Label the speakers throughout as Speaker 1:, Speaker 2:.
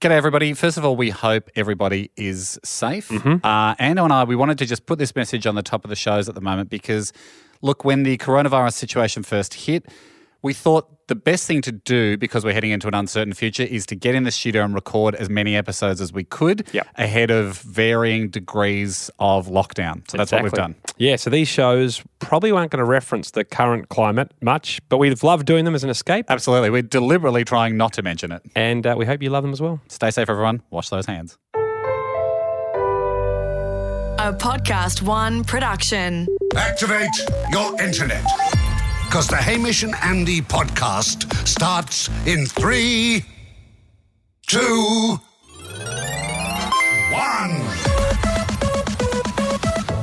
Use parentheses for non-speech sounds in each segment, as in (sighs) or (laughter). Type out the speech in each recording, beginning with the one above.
Speaker 1: G'day, everybody. First of all, we hope everybody is safe. Uh, Anna and I, we wanted to just put this message on the top of the shows at the moment because, look, when the coronavirus situation first hit, we thought the best thing to do because we're heading into an uncertain future is to get in the studio and record as many episodes as we could
Speaker 2: Yep.
Speaker 1: ahead of varying degrees of lockdown. So that's what we've done.
Speaker 2: Exactly. Yeah, so these shows probably aren't going to reference the current climate much, but we've loved doing them as an escape,
Speaker 1: Absolutely. We're deliberately trying not to mention it.
Speaker 2: and uh, we hope you love them as well.
Speaker 1: Stay safe, everyone. Wash those hands.
Speaker 3: A Podcast One production.
Speaker 4: Activate your internet. Because the Hamish and Andy podcast starts in three, two, one.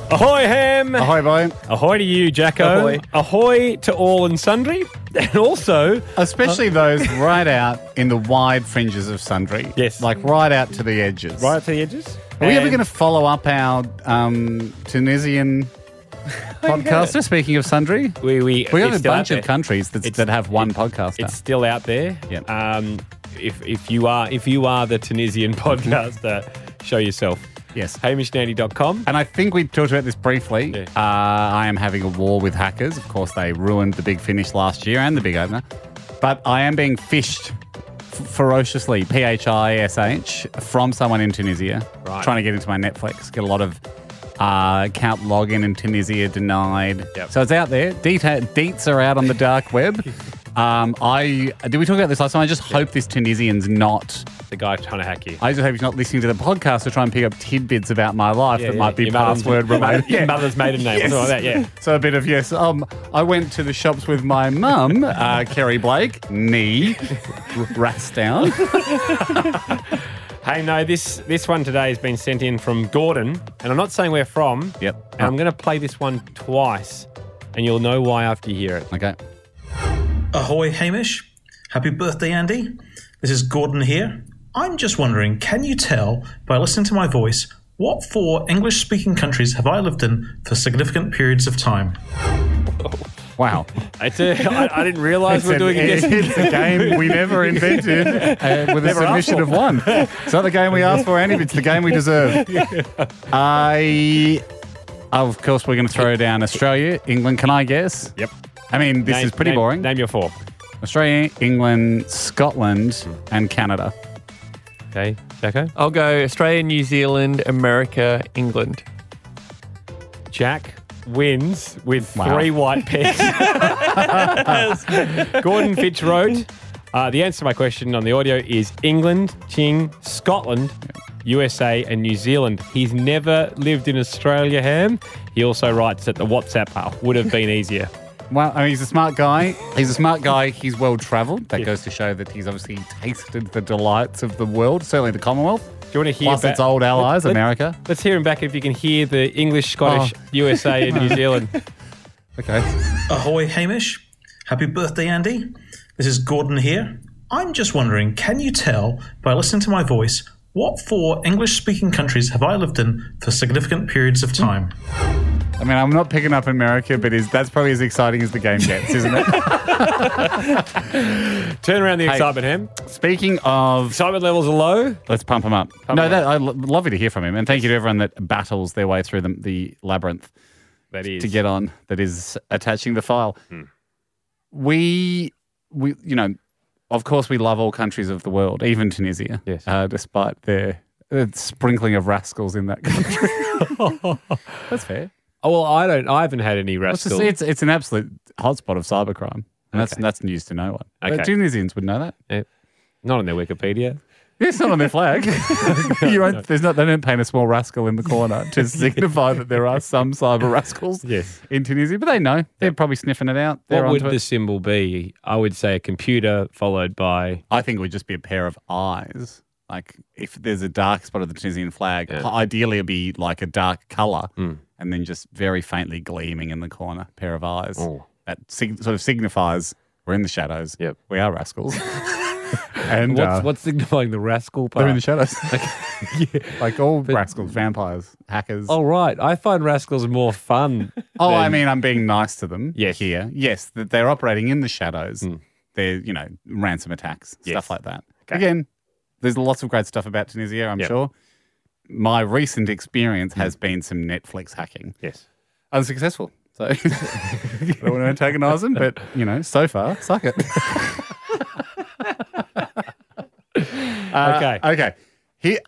Speaker 2: Ahoy, Ham!
Speaker 1: Ahoy, boy.
Speaker 2: Oh. Ahoy to you, Jacko.
Speaker 1: Ahoy.
Speaker 2: Ahoy to all and sundry, (laughs) and also
Speaker 1: Especially those right out in the wide fringes of Sundry.
Speaker 2: Yes.
Speaker 1: Like right out to the edges.
Speaker 2: right to the edges.
Speaker 1: Are we ever
Speaker 2: And-
Speaker 1: going to follow up our um,
Speaker 2: (laughs)
Speaker 1: Tunisian podcaster? Speaking of Sundry,
Speaker 2: We we
Speaker 1: we have
Speaker 2: it's
Speaker 1: a
Speaker 2: still out
Speaker 1: bunch
Speaker 2: there.
Speaker 1: of countries that's,
Speaker 2: It's-
Speaker 1: that have one
Speaker 2: it-
Speaker 1: podcaster.
Speaker 2: It's still out there.
Speaker 1: Yeah.
Speaker 2: Um, if if you are if you are the Tunisian (laughs) podcaster, show yourself.
Speaker 1: Yes.
Speaker 2: HamishNandy.com.
Speaker 1: And I think we talked about this briefly.
Speaker 2: Yeah.
Speaker 1: Uh, I am having a war with hackers. Of course, they ruined the big finish last year and the big opener. But I am being fished f- ferociously, P H I S H, from someone in Tunisia,
Speaker 2: Right.
Speaker 1: trying to get into my Netflix. Get a lot of uh, account login in Tunisia denied.
Speaker 2: Yep.
Speaker 1: So it's out there. Deta- deets are out on the dark
Speaker 2: (laughs)
Speaker 1: web. Um, I did we talk about this last time? I just hope this Tunisian's not.
Speaker 2: The guy trying to hack you.
Speaker 1: I just hope he's not listening to the podcast to try and pick up tidbits about my life
Speaker 2: Yeah,
Speaker 1: that
Speaker 2: yeah.
Speaker 1: might be
Speaker 2: Your mother's-
Speaker 1: password
Speaker 2: (laughs) your mother-
Speaker 1: remote.
Speaker 2: Your mother's maiden name. or something like that, yeah.
Speaker 1: So a bit of yes. Um, I went to the shops with my mum, uh, Kerry Blake, knee, r- rats down.
Speaker 2: Hey, no, this this one today has been sent in from Gordon, and I'm not saying where from.
Speaker 1: Yep.
Speaker 2: And I'm going to play this one twice, and you'll know why after you hear it.
Speaker 1: Okay.
Speaker 5: Ahoy, Hamish. Happy birthday, Andy. This is Gordon here. I'm just wondering can you tell by listening to my voice what four English speaking countries have I lived in for significant periods of time?
Speaker 1: Wow.
Speaker 2: It's a, I, I didn't realise
Speaker 1: It's
Speaker 2: (laughs) we're
Speaker 1: an-
Speaker 2: doing a guess.
Speaker 1: it's a game we
Speaker 2: (laughs)
Speaker 1: never invented uh, with a
Speaker 2: Never asked
Speaker 1: submission
Speaker 2: for.
Speaker 1: of one. It's not the game we asked for, Andy, but it's the game we deserve. I, of course, we're going to throw down Australia, England. Can I guess?
Speaker 2: Yep.
Speaker 1: I mean, this
Speaker 2: Name-
Speaker 1: is pretty
Speaker 2: name-
Speaker 1: boring.
Speaker 2: Name your four.
Speaker 1: Australia, England, Scotland, and Canada.
Speaker 2: Okay, Jacko.
Speaker 6: I'll go Australia, New Zealand, America, England.
Speaker 2: Jack wins with
Speaker 1: Wow.
Speaker 2: three
Speaker 1: (laughs)
Speaker 2: white pairs. Gordon Fitch wrote, uh, the answer to my question on the audio is England, Ching, Scotland, USA, and New Zealand. He's never lived in Australia, Ham. He also writes that the WhatsApp uh, would have been easier.
Speaker 1: Well, I mean, he's a smart guy. He's a smart guy. He's well travelled. That goes to show that he's obviously tasted the delights of the world, certainly the Commonwealth.
Speaker 2: Do you want to hear
Speaker 1: Plus
Speaker 2: ba-
Speaker 1: its old allies,
Speaker 2: Let- let-
Speaker 1: America.
Speaker 2: Let's hear him back if you can hear the English, Scottish,
Speaker 1: Oh. (laughs)
Speaker 2: USA, and New Zealand.
Speaker 1: Okay.
Speaker 5: Ahoy, Hamish. Happy birthday, Andy. This is Gordon here. I'm just wondering can you tell by listening to my voice what four English speaking countries have I lived in for significant periods of time?
Speaker 1: I mean, I'm not picking up America, but is that's probably as exciting as the game gets, isn't it?
Speaker 2: Turn around the excitement, Ham.
Speaker 1: (laughs) Speaking of,
Speaker 2: Excitement levels are low.
Speaker 1: let's pump him up. no,
Speaker 2: him
Speaker 1: that I lo- lovely to hear from him, and thank you to everyone that battles their way through the, the labyrinth.
Speaker 2: That is.
Speaker 1: to get on that is attaching the file.
Speaker 2: Hmm.
Speaker 1: We, we, you know, of course, we love all countries of the world, even Tunisia,
Speaker 2: Yes.
Speaker 1: uh, despite their uh, sprinkling of rascals in that country.
Speaker 2: (laughs)
Speaker 1: That's fair.
Speaker 2: Oh, well, I don't. I haven't had any
Speaker 1: Let's
Speaker 2: rest.
Speaker 1: just say it's, it's an absolute hotspot of cybercrime. And that's,
Speaker 2: Okay.
Speaker 1: that's news to no one. But
Speaker 2: Okay.
Speaker 1: Tunisians would know that.
Speaker 2: Not on their Wikipedia.
Speaker 1: It's not on their
Speaker 2: (laughs)
Speaker 1: flag. (laughs) you don't, there's not, they don't paint a small rascal in the corner
Speaker 2: (laughs)
Speaker 1: to (laughs) signify that there are some cyber rascals
Speaker 2: Yes.
Speaker 1: in Tunisia. But they know. They're probably sniffing it out. They're
Speaker 2: what would
Speaker 1: onto it.
Speaker 2: the symbol be? I would say a computer followed by.
Speaker 1: I think it would just be a pair of eyes. Like if there's a dark spot of the Tunisian flag,
Speaker 2: Yeah. Hmm.
Speaker 1: i- ideally it'd be like a dark color, and then just very faintly gleaming in the corner, pair of eyes.
Speaker 2: Oh.
Speaker 1: That sig- sort of signifies we're in the shadows.
Speaker 2: Yep.
Speaker 1: we are
Speaker 2: (laughs)
Speaker 1: rascals. and
Speaker 2: What's,
Speaker 1: uh,
Speaker 2: what's signifying the (laughs) rascal part?
Speaker 1: they're in the
Speaker 2: (laughs)
Speaker 1: shadows, (laughs) like all rascals, vampires, hackers.
Speaker 2: oh, right. I find rascals more fun.
Speaker 1: Oh, I mean, I'm being nice to them
Speaker 2: Yes. Hmm.
Speaker 1: here. Yes, that they're operating in the shadows. They're, you know, ransom attacks, stuff
Speaker 2: Yes.
Speaker 1: like that. Again, There's lots of great stuff about Tunisia, I'm
Speaker 2: Yep.
Speaker 1: sure. My recent experience
Speaker 2: Hmm.
Speaker 1: has been some Netflix hacking.
Speaker 2: (laughs) Yes.
Speaker 1: Unsuccessful. So (laughs) I don't want to antagonize them, but, you know, so far, suck it. Uh,
Speaker 2: (laughs) Okay.
Speaker 1: (laughs) Okay. Here,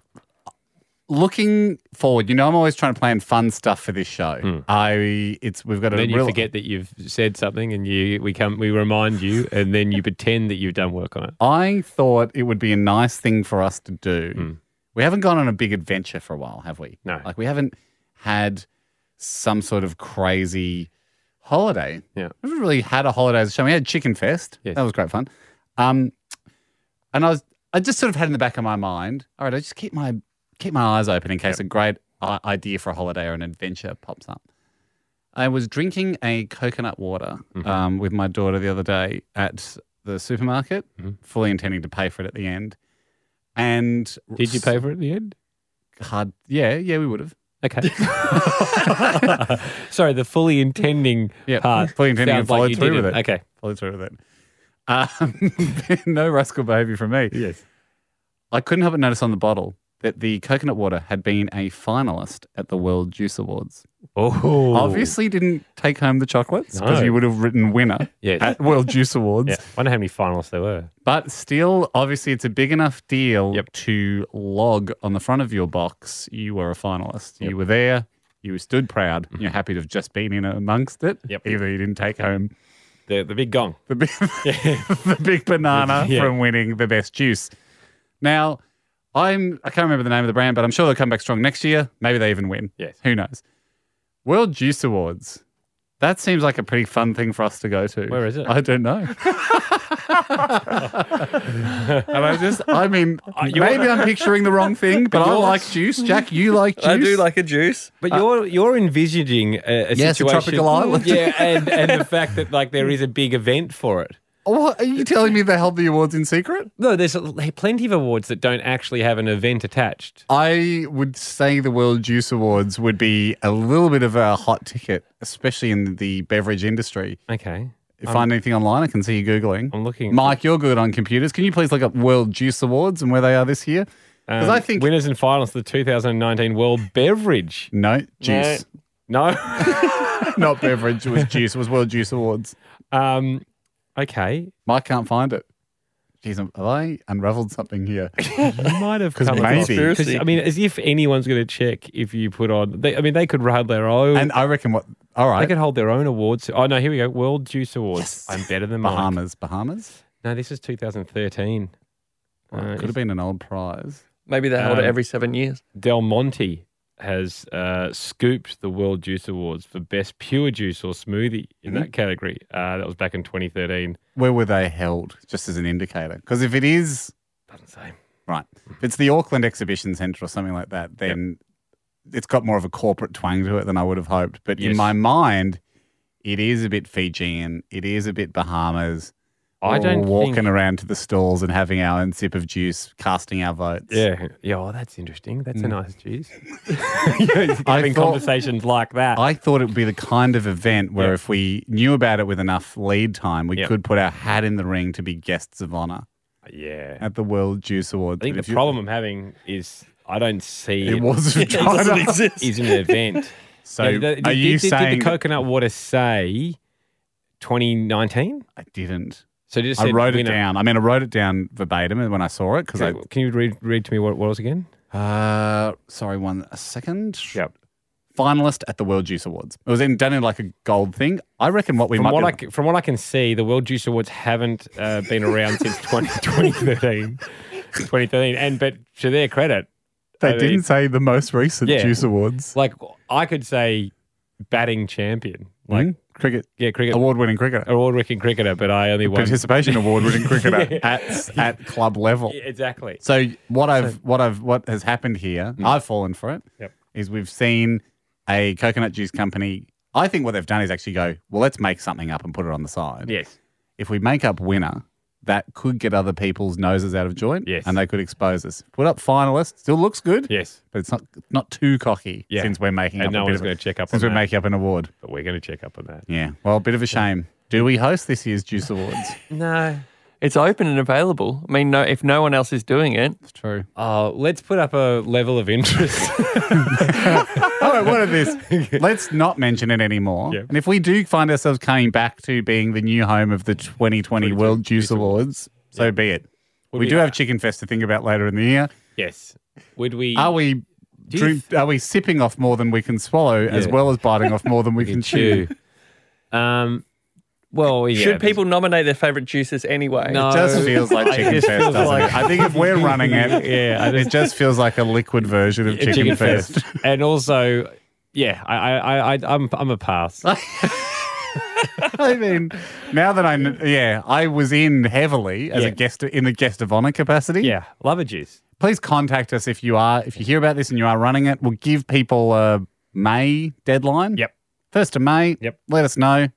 Speaker 1: looking forward, you know, I'm always trying to plan fun stuff for this show. I, it's, we've got a
Speaker 2: Hmm. Then you
Speaker 1: real,
Speaker 2: forget that you've said something, and you we come we remind you, and then you pretend that you've done work on it.
Speaker 1: I thought it would be a nice thing for us to do. We haven't gone on a big adventure for a while, have we?
Speaker 2: Hmm. No.
Speaker 1: Like we haven't had some sort of crazy holiday.
Speaker 2: Yeah.
Speaker 1: We haven't really had a holiday as a show. We had Chicken Fest.
Speaker 2: Yes.
Speaker 1: That was great fun. Um, and I was I just sort of had in the back of my mind, all right, I just keep my keep my eyes open in case a great i- idea for a holiday or an adventure pops up. I was drinking a coconut water
Speaker 2: Mm-hmm.
Speaker 1: um, with my daughter the other day at the supermarket,
Speaker 2: Mm-hmm.
Speaker 1: fully intending to pay for it at the end. And
Speaker 2: Did you pay for it at the end?
Speaker 1: Hard, yeah, yeah, we would have.
Speaker 2: Okay. (laughs) Sorry, the fully (laughs) intending
Speaker 1: Yeah,
Speaker 2: part.
Speaker 1: fully intending and
Speaker 2: sounds like
Speaker 1: followed
Speaker 2: you
Speaker 1: through
Speaker 2: didn't.
Speaker 1: with it.
Speaker 2: Okay.
Speaker 1: Followed through with it. Um, (laughs) no rascal behaviour from me.
Speaker 2: Yes.
Speaker 1: I couldn't help but notice on the bottle that the coconut water had been a finalist at the World Juice Awards.
Speaker 2: Oh,
Speaker 1: Obviously, didn't take home the chocolates because
Speaker 2: No.
Speaker 1: you would have written winner
Speaker 2: (laughs) Yes.
Speaker 1: at World Juice Awards.
Speaker 2: Yeah. Wonder how many finalists there were.
Speaker 1: But still, obviously, it's a big enough deal
Speaker 2: Yep.
Speaker 1: to log on the front of your box. You were a finalist. You were there. You stood proud. You're happy to have just been in amongst it.
Speaker 2: Yep.
Speaker 1: Either you didn't take home
Speaker 2: The the big gong.
Speaker 1: the big, (laughs) the big banana
Speaker 2: (laughs) Yeah.
Speaker 1: from winning the best juice. Now, I'm I can't remember the name of the brand, but I'm sure they'll come back strong next year. Maybe they even win.
Speaker 2: Yes.
Speaker 1: Who knows? World Juice Awards. That seems like a pretty fun thing for us to go to.
Speaker 2: Where is it?
Speaker 1: I don't know. and I just, I
Speaker 2: (laughs)
Speaker 1: mean,
Speaker 2: Uh,
Speaker 1: maybe I'm picturing the wrong thing, but I like juice. Jack, you like juice.
Speaker 6: I do like a juice.
Speaker 2: But you're you're envisaging a, Uh, a
Speaker 1: Yes, a
Speaker 2: situation, (laughs)
Speaker 1: tropical island.
Speaker 2: yeah, and, and the fact that like there is a big event for it.
Speaker 1: What, are you telling me they held the awards in secret?
Speaker 2: No, there's a- plenty of awards that don't actually have an event attached.
Speaker 1: I would say the World Juice Awards would be a little bit of a hot ticket, especially in the beverage industry.
Speaker 2: Okay,
Speaker 1: If I find anything online, I can see you Googling.
Speaker 2: I'm looking.
Speaker 1: Mike, you're good on computers. Can you please look up World Juice Awards and where they are this year? Because
Speaker 2: Um,
Speaker 1: I think.
Speaker 2: winners and finalists of the 2019 World Beverage.
Speaker 1: no, juice.
Speaker 2: (laughs) No.
Speaker 1: (laughs) Not beverage, it was juice. It was World Juice Awards.
Speaker 2: um, okay,
Speaker 1: Mike can't find it. Jeez, have I unraveled something here?
Speaker 2: you might have
Speaker 1: 'Cause
Speaker 2: come across-
Speaker 1: maybe.
Speaker 2: 'cause, I mean, as if anyone's going to check if you put on. They, I mean, they could hold their own.
Speaker 1: And I reckon what. All
Speaker 2: they
Speaker 1: right.
Speaker 2: could hold their own awards. Oh no, here we go. World Juice Awards. I'm better than Mike.
Speaker 1: Bahamas. Bahamas?
Speaker 2: No, this is 2013. Uh,
Speaker 1: Could have been an old prize.
Speaker 6: Maybe they hold
Speaker 2: Um,
Speaker 6: it every seven years.
Speaker 2: Del Monte has uh, scooped the World Juice Awards for best pure juice or smoothie in
Speaker 1: Mm-hmm.
Speaker 2: that category. Uh, that was back in 2013.
Speaker 1: Where were they held? Just as an indicator. Because if it is
Speaker 2: Doesn't say.
Speaker 1: Right. If it's the Auckland Exhibition Centre or something like that, then it's got more of a corporate twang to it than I would have hoped. But in
Speaker 2: Yes.
Speaker 1: my mind, it is a bit Fijian. It is a bit Bahamas.
Speaker 2: I
Speaker 1: We're
Speaker 2: don't
Speaker 1: walking
Speaker 2: think-
Speaker 1: around to the stalls and having our own sip of juice, casting our votes.
Speaker 2: Yeah. Yeah. Oh, that's interesting. That's a
Speaker 1: (laughs)
Speaker 2: nice juice.
Speaker 1: I
Speaker 2: Having
Speaker 1: Mm. thought,
Speaker 2: conversations like that.
Speaker 1: I thought it would be the kind of event where
Speaker 2: Yeah.
Speaker 1: if we knew about it with enough lead time, we
Speaker 2: Yeah.
Speaker 1: could put our hat in the ring to be guests of honour
Speaker 2: yeah.
Speaker 1: at the World Juice Awards.
Speaker 2: I think
Speaker 1: But if
Speaker 2: the
Speaker 1: you-
Speaker 2: problem I'm having is I don't see
Speaker 1: it
Speaker 2: (laughs) it,
Speaker 1: wasn't.
Speaker 6: doesn't
Speaker 1: China.
Speaker 6: exist.
Speaker 2: is an event.
Speaker 1: (laughs) So
Speaker 2: Now, the-
Speaker 1: are
Speaker 2: did-
Speaker 1: you
Speaker 2: did, did
Speaker 1: saying
Speaker 2: the coconut water say 2019?
Speaker 1: I didn't?
Speaker 2: So just
Speaker 1: I
Speaker 2: said
Speaker 1: wrote it
Speaker 2: winner.
Speaker 1: down. I mean, I wrote it down verbatim when I saw it because
Speaker 2: Okay, Can you read read to me what it was again?
Speaker 1: I. Uh, sorry, one a second.
Speaker 2: Yep.
Speaker 1: Finalist at the World Juice Awards. It was in, done in like a gold thing. I reckon what we
Speaker 2: From
Speaker 1: might.
Speaker 2: what,
Speaker 1: be-
Speaker 2: I, c- from what I can see, the World Juice Awards haven't uh, been
Speaker 1: (laughs)
Speaker 2: around since 20, 2013. 2013. And but to their credit,
Speaker 1: they
Speaker 2: I mean-
Speaker 1: didn't say the most recent
Speaker 2: Yeah.
Speaker 1: Juice Awards.
Speaker 2: like I could say batting champion, like
Speaker 1: Hmm? cricket
Speaker 2: yeah, cricket Oh,
Speaker 1: award-winning cricketer,
Speaker 2: award-winning cricketer, but I only won.
Speaker 1: participation
Speaker 2: (laughs)
Speaker 1: award-winning cricketer at at club level.
Speaker 2: Yeah, exactly.
Speaker 1: So what I've what I've what has happened here, I've fallen for it.
Speaker 2: Mm. Yep.
Speaker 1: Is we've seen a coconut juice company. I think what they've done is actually go, well, let's make something up and put it on the side.
Speaker 2: Yes.
Speaker 1: If we make up winner, that could get other people's noses out of joint.
Speaker 2: Yes.
Speaker 1: And they could expose us. Put up finalist, still looks good.
Speaker 2: Yes.
Speaker 1: But it's not not too cocky
Speaker 2: Yeah.
Speaker 1: since we're making
Speaker 2: And
Speaker 1: up
Speaker 2: no
Speaker 1: a bit
Speaker 2: one's
Speaker 1: of-
Speaker 2: going to check up
Speaker 1: since
Speaker 2: on
Speaker 1: we're
Speaker 2: that.
Speaker 1: making up an award.
Speaker 2: but we're going to check up on that. (laughs)
Speaker 1: Yeah. Well, a bit of a shame. Do we host this year's Juice Awards?
Speaker 6: No. It's open and available. I mean, no, if no one else is doing it,
Speaker 1: It's true.
Speaker 2: Oh, let's put up a level
Speaker 1: (laughs)
Speaker 2: of interest.
Speaker 1: Oh, what is
Speaker 2: (laughs)
Speaker 1: this? Let's not mention it anymore.
Speaker 2: Yep.
Speaker 1: And if we do find ourselves coming back to being the new home of the 2020 World Juice Awards, so be it. we
Speaker 2: be-
Speaker 1: do have Chicken Fest to think about later in the year.
Speaker 2: yes. Would we?
Speaker 1: Are we
Speaker 2: you
Speaker 1: droop, are we sipping off more than we can swallow, as
Speaker 2: Yeah.
Speaker 1: well as biting off more than
Speaker 2: (laughs)
Speaker 1: we can chew?
Speaker 2: Chew. um, well, yeah.
Speaker 6: should people nominate their favorite juices anyway?
Speaker 2: No.
Speaker 1: It just feels
Speaker 2: (laughs)
Speaker 1: like
Speaker 2: It
Speaker 1: Chicken
Speaker 2: just
Speaker 1: Fest,
Speaker 2: feels
Speaker 1: doesn't
Speaker 2: like-
Speaker 1: it? I think if
Speaker 2: (laughs)
Speaker 1: we're running it,
Speaker 2: Yeah, I
Speaker 1: it just feels like a liquid version of Chicken, Fest. (laughs)
Speaker 2: and also, yeah, I, I, I, I I'm, I'm a pass.
Speaker 1: I mean, now that I'm, yeah, I was in heavily as
Speaker 2: Yeah.
Speaker 1: a guest in the guest of honor capacity.
Speaker 2: yeah, love a juice.
Speaker 1: please contact us if you are if you hear about this and you are running it. We'll give people a May deadline.
Speaker 2: Yep.
Speaker 1: first of May.
Speaker 2: Yep. Mm-hmm.
Speaker 1: let us know.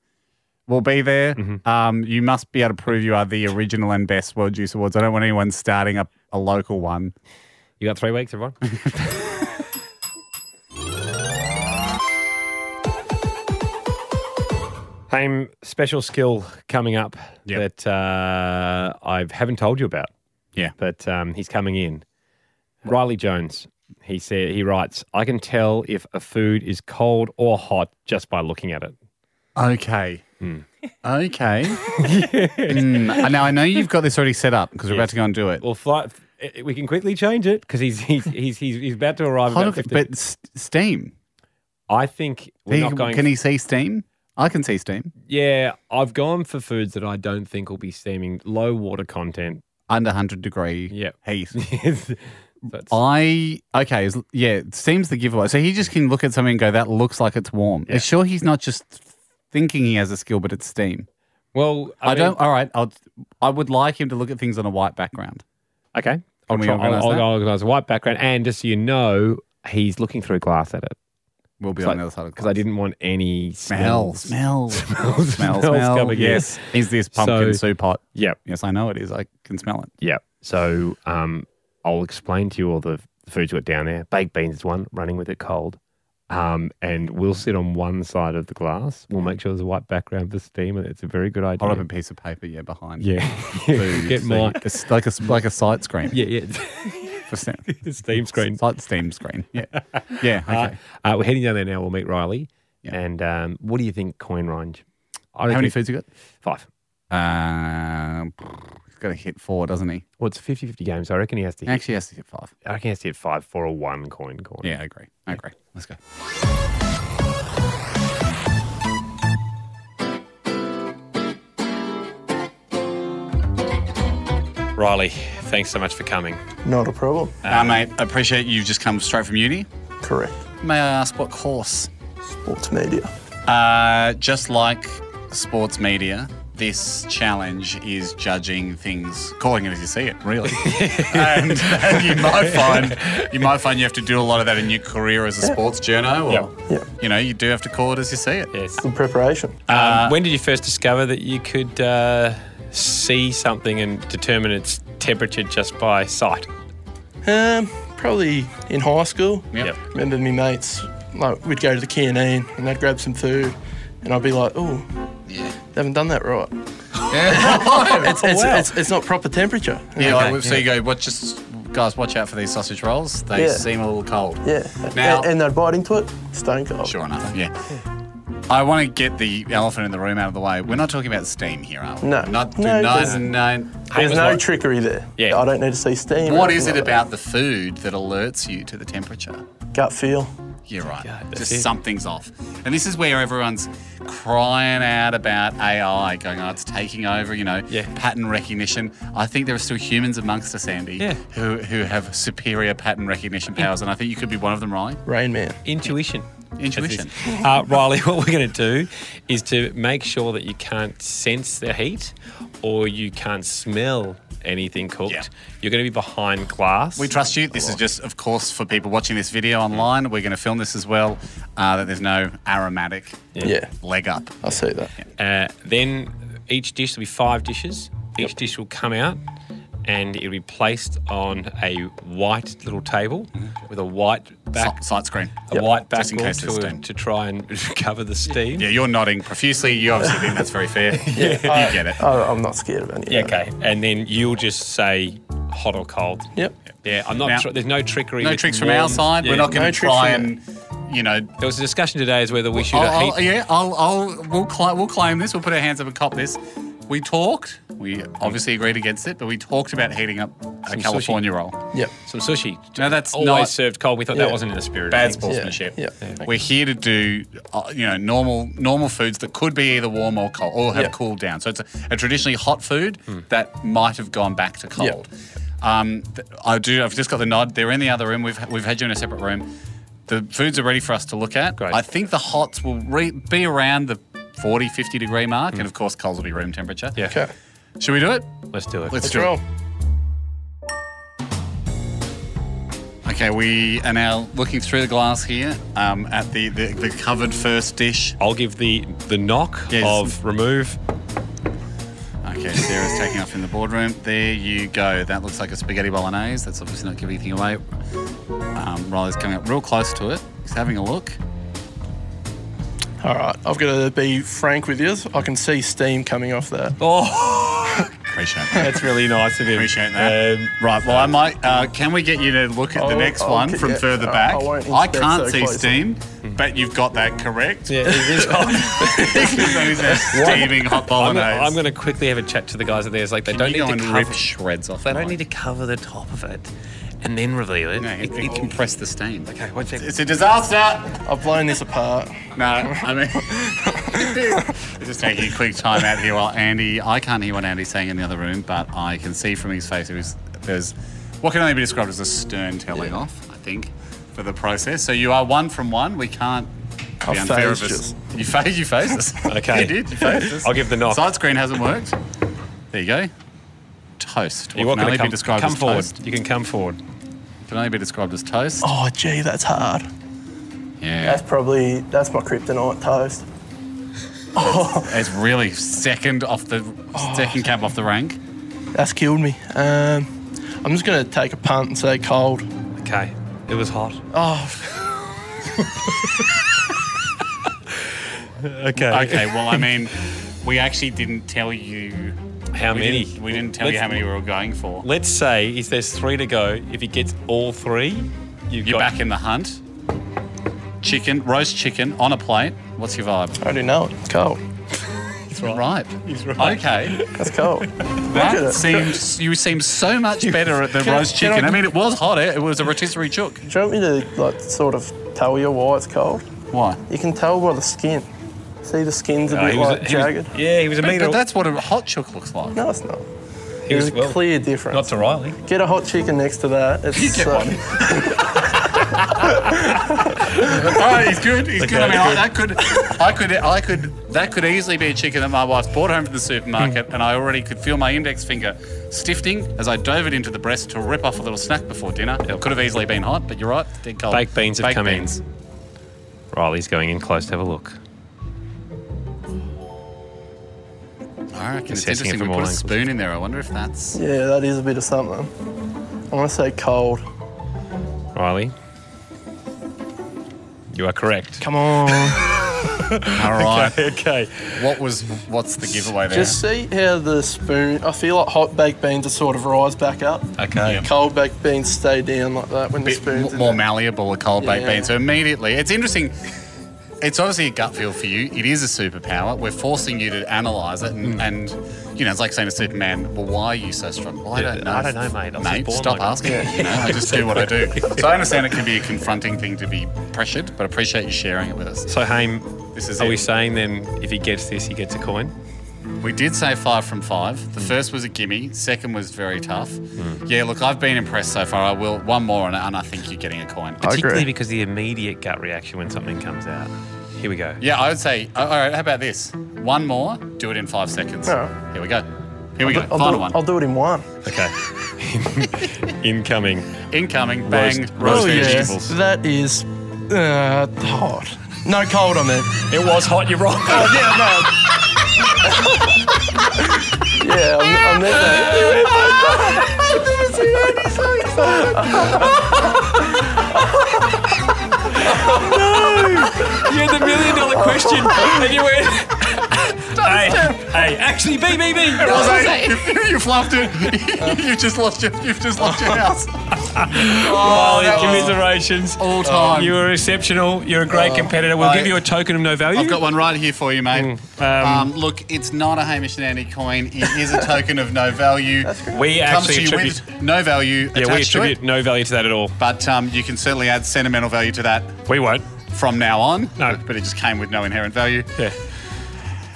Speaker 1: We'll be there. Um, you must be able to prove you are the original and best World Juice Awards. I don't want anyone starting up a local one.
Speaker 2: You got three weeks, (laughs) everyone. Haim, special skill coming up
Speaker 1: Yep.
Speaker 2: that uh, I haven't told you about.
Speaker 1: Yeah.
Speaker 2: but um, he's coming in. Riley Jones. He said he writes, "I can tell if a food is cold or hot just by looking at it."
Speaker 1: Okay.
Speaker 2: Hmm. (laughs)
Speaker 1: Okay. Mm. Now I know you've got this already set up because we're about to go and do it.
Speaker 2: Well, fly, eh, we can quickly change it because he's he's, he's he's he's about to arrive.
Speaker 1: Hold
Speaker 2: About
Speaker 1: on,
Speaker 2: 15.
Speaker 1: but s- Steam.
Speaker 2: I think we're
Speaker 1: He-
Speaker 2: not going.
Speaker 1: can he see Steam? I can see Steam
Speaker 2: Yeah, I've gone for foods that I don't think will be steaming. Low water content. (laughs)
Speaker 1: under 100 degree
Speaker 2: Yep.
Speaker 1: heat.
Speaker 2: Yes. That's-
Speaker 1: I okay, is- yeah, it seems the giveaway. So he just can look at something and go, "That looks like it's warm." It's Sure, he's not just thinking he has a skill, but it's steam.
Speaker 2: well, I,
Speaker 1: I,
Speaker 2: mean-
Speaker 1: don't. All right, I'll, I would like him to look at things on a white background.
Speaker 2: Okay, I'll,
Speaker 1: Can we
Speaker 2: try- I'll,
Speaker 1: organise
Speaker 2: I'll
Speaker 1: that?
Speaker 2: organise a white background, and just so you know, he's looking through glass at it
Speaker 1: We'll be
Speaker 2: It's
Speaker 1: on the
Speaker 2: like-
Speaker 1: other side of
Speaker 2: because I didn't want any
Speaker 1: smell,
Speaker 2: smells.
Speaker 1: smell, smell, smell,
Speaker 2: (laughs) smells
Speaker 1: smell.
Speaker 2: coming in.
Speaker 1: Yes, is this pumpkin
Speaker 2: So-
Speaker 1: soup hot?
Speaker 2: Yep.
Speaker 1: Yes, I know it is. I can smell it.
Speaker 2: Yeah. So um, I'll explain to you all the foods we've got down there. Baked beans is one, running with it cold. Um, and we'll sit on one side of the glass. We'll make sure there's a white background for steam, and it's a very good idea.
Speaker 1: Hold up a piece of paper, yeah, behind.
Speaker 2: yeah.
Speaker 1: (laughs) food,
Speaker 2: (laughs) Get
Speaker 1: so
Speaker 2: more.
Speaker 1: It's like a like a sight screen.
Speaker 2: (laughs) Yeah, yeah.
Speaker 1: for steam.
Speaker 2: the (laughs) steam screen.
Speaker 1: Sight steam screen. Yeah, yeah. Okay.
Speaker 2: (laughs) Uh, uh, we're heading down there now. We'll meet Riley.
Speaker 1: Yeah.
Speaker 2: And um, what do you think, coin range? I
Speaker 1: How
Speaker 2: reckon
Speaker 1: many foods you got?
Speaker 2: Five.
Speaker 1: Um, he's got to hit four, doesn't he?
Speaker 2: Well, it's a 50 50 game, so I reckon he has to hit,
Speaker 1: Actually, he has to hit five.
Speaker 2: I reckon he has to hit five for a one coin coin.
Speaker 1: Yeah, I agree. I agree. Let's go.
Speaker 2: Riley, thanks so much for coming.
Speaker 7: Not a problem.
Speaker 1: Uh, mate, I appreciate you've just come straight from uni.
Speaker 7: Correct.
Speaker 1: May I ask what course?
Speaker 7: Sports media.
Speaker 1: Uh, just like sports media, this challenge is judging things, calling it as you see it, (laughs) really. and, and you might find you might find you have to do a lot of that in your career as a sports journo, or
Speaker 7: Yeah.
Speaker 1: you know, you do have to call it as you see it.
Speaker 6: Yes.
Speaker 7: In preparation.
Speaker 6: Um, when did you first discover that you could uh, see something and determine its temperature just by sight?
Speaker 7: Um, probably in high school.
Speaker 1: Yep.
Speaker 7: Remember me mates, like we'd go to the canteen and they'd grab some food, and I'd be like, oh,
Speaker 1: Yeah. Oh,
Speaker 7: they haven't done that right.
Speaker 1: (laughs)
Speaker 7: It's it's, it's, it's not proper temperature.
Speaker 1: Yeah, like, so you go, what just guys, watch out for these sausage rolls. They
Speaker 7: Yeah.
Speaker 1: seem a little cold.
Speaker 7: Yeah.
Speaker 1: Now-
Speaker 7: and, and they'd bite into it. Stone cold.
Speaker 1: Sure enough, yeah. I want to get the elephant in the room out of the way. We're not talking about steam here, are we?
Speaker 7: No.
Speaker 1: Not
Speaker 7: No,
Speaker 1: no,
Speaker 7: there's-
Speaker 1: no.
Speaker 7: There's no
Speaker 6: what-
Speaker 7: trickery there.
Speaker 6: Yeah.
Speaker 7: I don't need to see steam. or
Speaker 1: What
Speaker 7: anything
Speaker 1: is it
Speaker 7: like
Speaker 1: about the food that alerts you to the temperature?
Speaker 7: that. Gut feel.
Speaker 1: You're right.
Speaker 6: that's
Speaker 1: Just
Speaker 6: it.
Speaker 1: something's off. And this is where everyone's crying out about AI, going, oh, it's taking over, you know,
Speaker 6: Yeah.
Speaker 1: pattern recognition. I think there are still humans amongst us, Andy,
Speaker 6: Yeah.
Speaker 1: who, who have superior pattern recognition powers. And I think you could be one of them, right?
Speaker 7: Rain man.
Speaker 6: Intuition.
Speaker 1: Intuition.
Speaker 6: Uh, Riley, (laughs) what we're going to do is to make sure that you can't sense the heat or you can't smell anything cooked.
Speaker 1: Yeah.
Speaker 6: You're going to be behind glass.
Speaker 1: We trust you. This is just, of course, for people watching this video online. We're going to film this as well, uh, that there's no aromatic
Speaker 7: Yeah.
Speaker 1: leg up.
Speaker 7: I see that.
Speaker 6: Uh, then each dish will be five dishes. Each dish will come out, and it'll be placed on a white little table
Speaker 1: Mm-hmm.
Speaker 6: with a white back,
Speaker 1: Si- sight screen.
Speaker 6: a white
Speaker 1: Just in
Speaker 6: backboard
Speaker 1: case there's
Speaker 6: to,
Speaker 1: steam.
Speaker 6: to try and (laughs) cover the steam.
Speaker 1: Yeah, you're nodding profusely. You obviously think that's very
Speaker 6: (laughs)
Speaker 1: fair. yeah, you get it.
Speaker 7: Oh, I'm not scared of any. of
Speaker 6: Yeah,
Speaker 7: that.
Speaker 6: okay. And then you'll just say hot or cold.
Speaker 7: Yep.
Speaker 6: Yeah, I'm not.
Speaker 1: Now-
Speaker 6: tr- there's no trickery.
Speaker 1: No
Speaker 6: with
Speaker 1: tricks from
Speaker 6: warm-
Speaker 1: our side.
Speaker 6: yeah.
Speaker 1: We're not going to
Speaker 7: no tricks
Speaker 1: try
Speaker 7: from
Speaker 1: and, you know.
Speaker 6: There was a discussion today as whether we should
Speaker 1: I'll- I'll-
Speaker 6: heat.
Speaker 1: Oh, yeah, I'll, I'll, we'll, cli- we'll claim this. We'll put our hands up and cop this. We talked. We obviously agreed against it, but we talked about heating up a
Speaker 6: Some
Speaker 1: California
Speaker 6: sushi.
Speaker 1: roll.
Speaker 7: Yep.
Speaker 6: Some sushi.
Speaker 1: No, that's
Speaker 6: always
Speaker 1: not-
Speaker 6: served cold. We thought that
Speaker 7: Yeah.
Speaker 6: wasn't in the spirit.
Speaker 1: Bad
Speaker 6: of things.
Speaker 1: sportsmanship.
Speaker 7: Yeah. yeah.
Speaker 1: We're here to do, uh, you know, normal normal foods that could be either warm or cold, or have
Speaker 7: Yeah. Hmm.
Speaker 1: cooled down. So it's a, a traditionally hot food that might have gone back to cold. Um, th- I do. I've just got the nod. They're in the other room. We've we've had you in a separate room. The foods are ready for us to look at.
Speaker 6: Great.
Speaker 1: I think the hots will re- be around the 40, 50 degree mark,
Speaker 7: Hmm.
Speaker 1: and of course, colds will be room temperature.
Speaker 6: Yeah.
Speaker 7: Okay.
Speaker 1: Should we do it?
Speaker 6: Let's do it.
Speaker 1: Let's
Speaker 7: Let's
Speaker 1: do
Speaker 7: roll.
Speaker 1: Okay, we are now looking through the glass here um, at the, the, the covered first dish.
Speaker 6: I'll give the the knock
Speaker 1: Yes.
Speaker 6: of remove.
Speaker 1: Okay, Sarah's taking off in the boardroom. There you go. That looks like a spaghetti bolognese. That's obviously not giving anything away. Um, Riley's coming up real close to it. He's having a look.
Speaker 7: All right. I've got to be frank with you. I can see steam coming off that.
Speaker 6: (laughs)
Speaker 1: (laughs)
Speaker 6: Oh,
Speaker 1: Appreciate that.
Speaker 6: that's really nice of him.
Speaker 1: Appreciate that.
Speaker 6: Um, Oh,
Speaker 1: right. Well, I might. Uh, can we get you to look at the
Speaker 7: I'll-
Speaker 1: next
Speaker 7: I'll
Speaker 1: one
Speaker 7: get-
Speaker 1: from
Speaker 7: yeah,
Speaker 1: further
Speaker 7: I- I
Speaker 1: back?
Speaker 7: won't
Speaker 1: I,
Speaker 7: inspect
Speaker 1: can't
Speaker 7: so
Speaker 1: see
Speaker 7: closely.
Speaker 1: steam, but you've got that (laughs) correct.
Speaker 6: Hmm. yeah, it is-
Speaker 1: Because that
Speaker 6: (laughs)
Speaker 1: is a steaming hot
Speaker 6: I'm,
Speaker 1: bolognese.
Speaker 6: gonna, I'm gonna quickly have a chat to the guys at theirs. Like they
Speaker 1: Can
Speaker 6: don't
Speaker 1: you go
Speaker 6: need to
Speaker 1: and
Speaker 6: cover.
Speaker 1: rip shreds off.
Speaker 6: they
Speaker 1: that
Speaker 6: don't
Speaker 1: one?
Speaker 6: need to cover the top of it, and then reveal it.
Speaker 1: No, you
Speaker 6: It-
Speaker 1: can
Speaker 6: it-
Speaker 1: compress the steam.
Speaker 6: Okay, one second.
Speaker 1: It's a disaster.
Speaker 7: I've blown this apart.
Speaker 1: No, I mean, We're (laughs) just taking a quick time out here while Andy. I can't hear what Andy's saying in the other room, but I can see from his face it was, there's what can only be described as a stern telling off. I think for the process. So you are one from one. We can't.
Speaker 7: I
Speaker 1: Be unfair of
Speaker 7: phased
Speaker 1: us. You phased, you phased us.
Speaker 6: (laughs) Okay.
Speaker 1: You did, you phased us.
Speaker 6: I'll give the knock.
Speaker 1: Side screen hasn't worked. There you go. Toast.
Speaker 6: You're
Speaker 1: What can
Speaker 6: welcome to
Speaker 1: only
Speaker 6: come,
Speaker 1: be described
Speaker 6: come
Speaker 1: as
Speaker 6: forward.
Speaker 1: toast.
Speaker 6: You can come forward.
Speaker 1: Can only be described as toast.
Speaker 7: Oh, gee, that's hard.
Speaker 1: Yeah.
Speaker 7: That's probably that's my kryptonite toast.
Speaker 1: It's really second off the
Speaker 6: Oh.
Speaker 1: second cab off the rank.
Speaker 7: That's killed me. Um, I'm just gonna take a punt and say cold.
Speaker 6: Okay, it was hot.
Speaker 7: Oh,
Speaker 6: Okay.
Speaker 1: Okay, well, I mean, we actually didn't tell you.
Speaker 6: How
Speaker 1: we
Speaker 6: many?
Speaker 1: Didn't, we didn't tell you
Speaker 6: Let's-
Speaker 1: how many we were going for.
Speaker 6: Let's say if there's three to go, if he gets all three, you've
Speaker 1: You're
Speaker 6: got
Speaker 1: back in the hunt. Chicken, roast chicken on a plate. What's your vibe?
Speaker 7: I already know it. It's cold.
Speaker 1: He's right.
Speaker 6: He's right.
Speaker 1: Okay.
Speaker 7: That's
Speaker 6: (laughs)
Speaker 7: cold. at
Speaker 1: That
Speaker 7: it.
Speaker 1: seems you seem so much better at the
Speaker 7: Can I-
Speaker 1: roast
Speaker 7: can I-
Speaker 1: chicken. I, mean, it was hot. It, it was a rotisserie chook.
Speaker 7: Do you want me to like sort of tell you why it's cold?
Speaker 1: Why?
Speaker 7: You can tell by the skin. See the skin's a
Speaker 6: Oh,
Speaker 7: bit
Speaker 6: he was-
Speaker 7: like
Speaker 6: he was-
Speaker 7: jagged.
Speaker 6: yeah, he was a
Speaker 1: But,
Speaker 6: meter.
Speaker 1: but that's what a hot chook looks like.
Speaker 7: No, it's not.
Speaker 6: he
Speaker 7: There's
Speaker 6: was
Speaker 7: a
Speaker 6: well,
Speaker 7: clear difference.
Speaker 6: not to Riley.
Speaker 7: Get a hot chicken next to that.
Speaker 6: (laughs)
Speaker 7: It's
Speaker 1: You get
Speaker 7: so-
Speaker 1: one. All right, Oh, he's good. He's good. I mean, I, that could, I could, I could, that could easily be a chicken that my wife bought home from the supermarket,
Speaker 6: Hmm.
Speaker 1: and I already could feel my index finger stiffing as I dove it into the breast to rip off a little snack before dinner. It could have easily been hot, but you're right, it's dead cold.
Speaker 6: Baked beans have
Speaker 1: Baked
Speaker 6: come in.
Speaker 1: beans.
Speaker 6: Riley's going in close to have a look.
Speaker 1: I reckon it's
Speaker 6: Assessing
Speaker 1: interesting.
Speaker 6: it
Speaker 1: We
Speaker 6: from
Speaker 1: put a
Speaker 6: all angles.
Speaker 1: spoon in there. I wonder if
Speaker 6: (laughs)
Speaker 1: that's.
Speaker 7: Yeah, that is a bit of something. I want to say cold.
Speaker 6: Riley, you are correct.
Speaker 7: Come on.
Speaker 1: All right.
Speaker 6: (laughs) Okay.
Speaker 1: What was? What's the giveaway there?
Speaker 7: (laughs) Just see how the spoon. I feel like hot baked beans are sort of rise back up.
Speaker 6: Okay.
Speaker 1: Yeah.
Speaker 7: Cold baked beans stay down like that when the
Speaker 1: bit
Speaker 7: spoon's
Speaker 1: m-
Speaker 7: in
Speaker 1: more
Speaker 7: there.
Speaker 1: malleable, a cold baked
Speaker 7: Yeah.
Speaker 1: bean. So immediately, it's interesting. It's obviously a gut feel for you. It is a superpower. We're forcing you to analyze it,
Speaker 6: Hmm.
Speaker 1: and, and you know, it's like saying to Superman, "Well, why are you so strong?" Well, I
Speaker 6: Yeah,
Speaker 1: don't know.
Speaker 6: I don't know, mate. I was
Speaker 1: Mate,
Speaker 6: born
Speaker 1: stop
Speaker 6: like
Speaker 1: asking. You know, I just do what I
Speaker 6: (laughs)
Speaker 1: do. So I understand it can be a confronting thing to be pressured, but I appreciate you sharing it with us.
Speaker 6: So, Haim,
Speaker 1: This is
Speaker 6: are
Speaker 1: it.
Speaker 6: we saying then if he gets this, he gets a coin?
Speaker 1: We did say five from five.
Speaker 6: Hmm.
Speaker 1: The first was a gimme. Second was very tough. Yeah, look, I've been impressed so far. I will one more, and, and I think you're getting a coin.
Speaker 6: Particularly because the immediate gut reaction when something comes out. Here we go.
Speaker 1: Yeah, I would say. oh, All right, how about this? One more. Do it in five seconds.
Speaker 7: All right.
Speaker 1: Here we go. Here we go.
Speaker 7: I'll
Speaker 1: Final
Speaker 7: do,
Speaker 1: one.
Speaker 7: I'll do it in one.
Speaker 1: (laughs)
Speaker 6: Okay. Incoming.
Speaker 1: Incoming. Bang.
Speaker 6: Roast-
Speaker 1: Roast,
Speaker 6: roast
Speaker 1: veggies.
Speaker 6: vegetables.
Speaker 7: Oh, That is uh, hot. No cold Oh, on it.
Speaker 6: It was hot, you're wrong.
Speaker 1: (laughs)
Speaker 7: Yeah, I, I meant that.
Speaker 6: You had the million dollar question, and you went, hey, hey, actually, B, B, B.
Speaker 1: (laughs)
Speaker 4: you, you fluffed it. you just lost your. You've just lost your
Speaker 7: (laughs)
Speaker 4: house.
Speaker 6: Oh, commiserations.
Speaker 7: Oh,
Speaker 4: All time.
Speaker 6: You were exceptional. You're a great competitor. We'll
Speaker 1: Oh, I-
Speaker 6: give you a token of no value.
Speaker 1: I've got one right here for you, mate.
Speaker 7: Mm.
Speaker 1: um, look, it's not a Hamish and Andy coin. It is a token of no value. That's great.
Speaker 6: we
Speaker 1: Comes
Speaker 6: actually
Speaker 1: to you
Speaker 6: attribute,
Speaker 1: with no value
Speaker 6: yeah, we
Speaker 1: attached to
Speaker 6: attribute
Speaker 1: it,
Speaker 6: no value to that at all.
Speaker 1: but um, you can certainly add sentimental value to that
Speaker 6: We won't.
Speaker 1: from now on.
Speaker 6: No.
Speaker 1: but it just came with no inherent value.
Speaker 6: Yeah.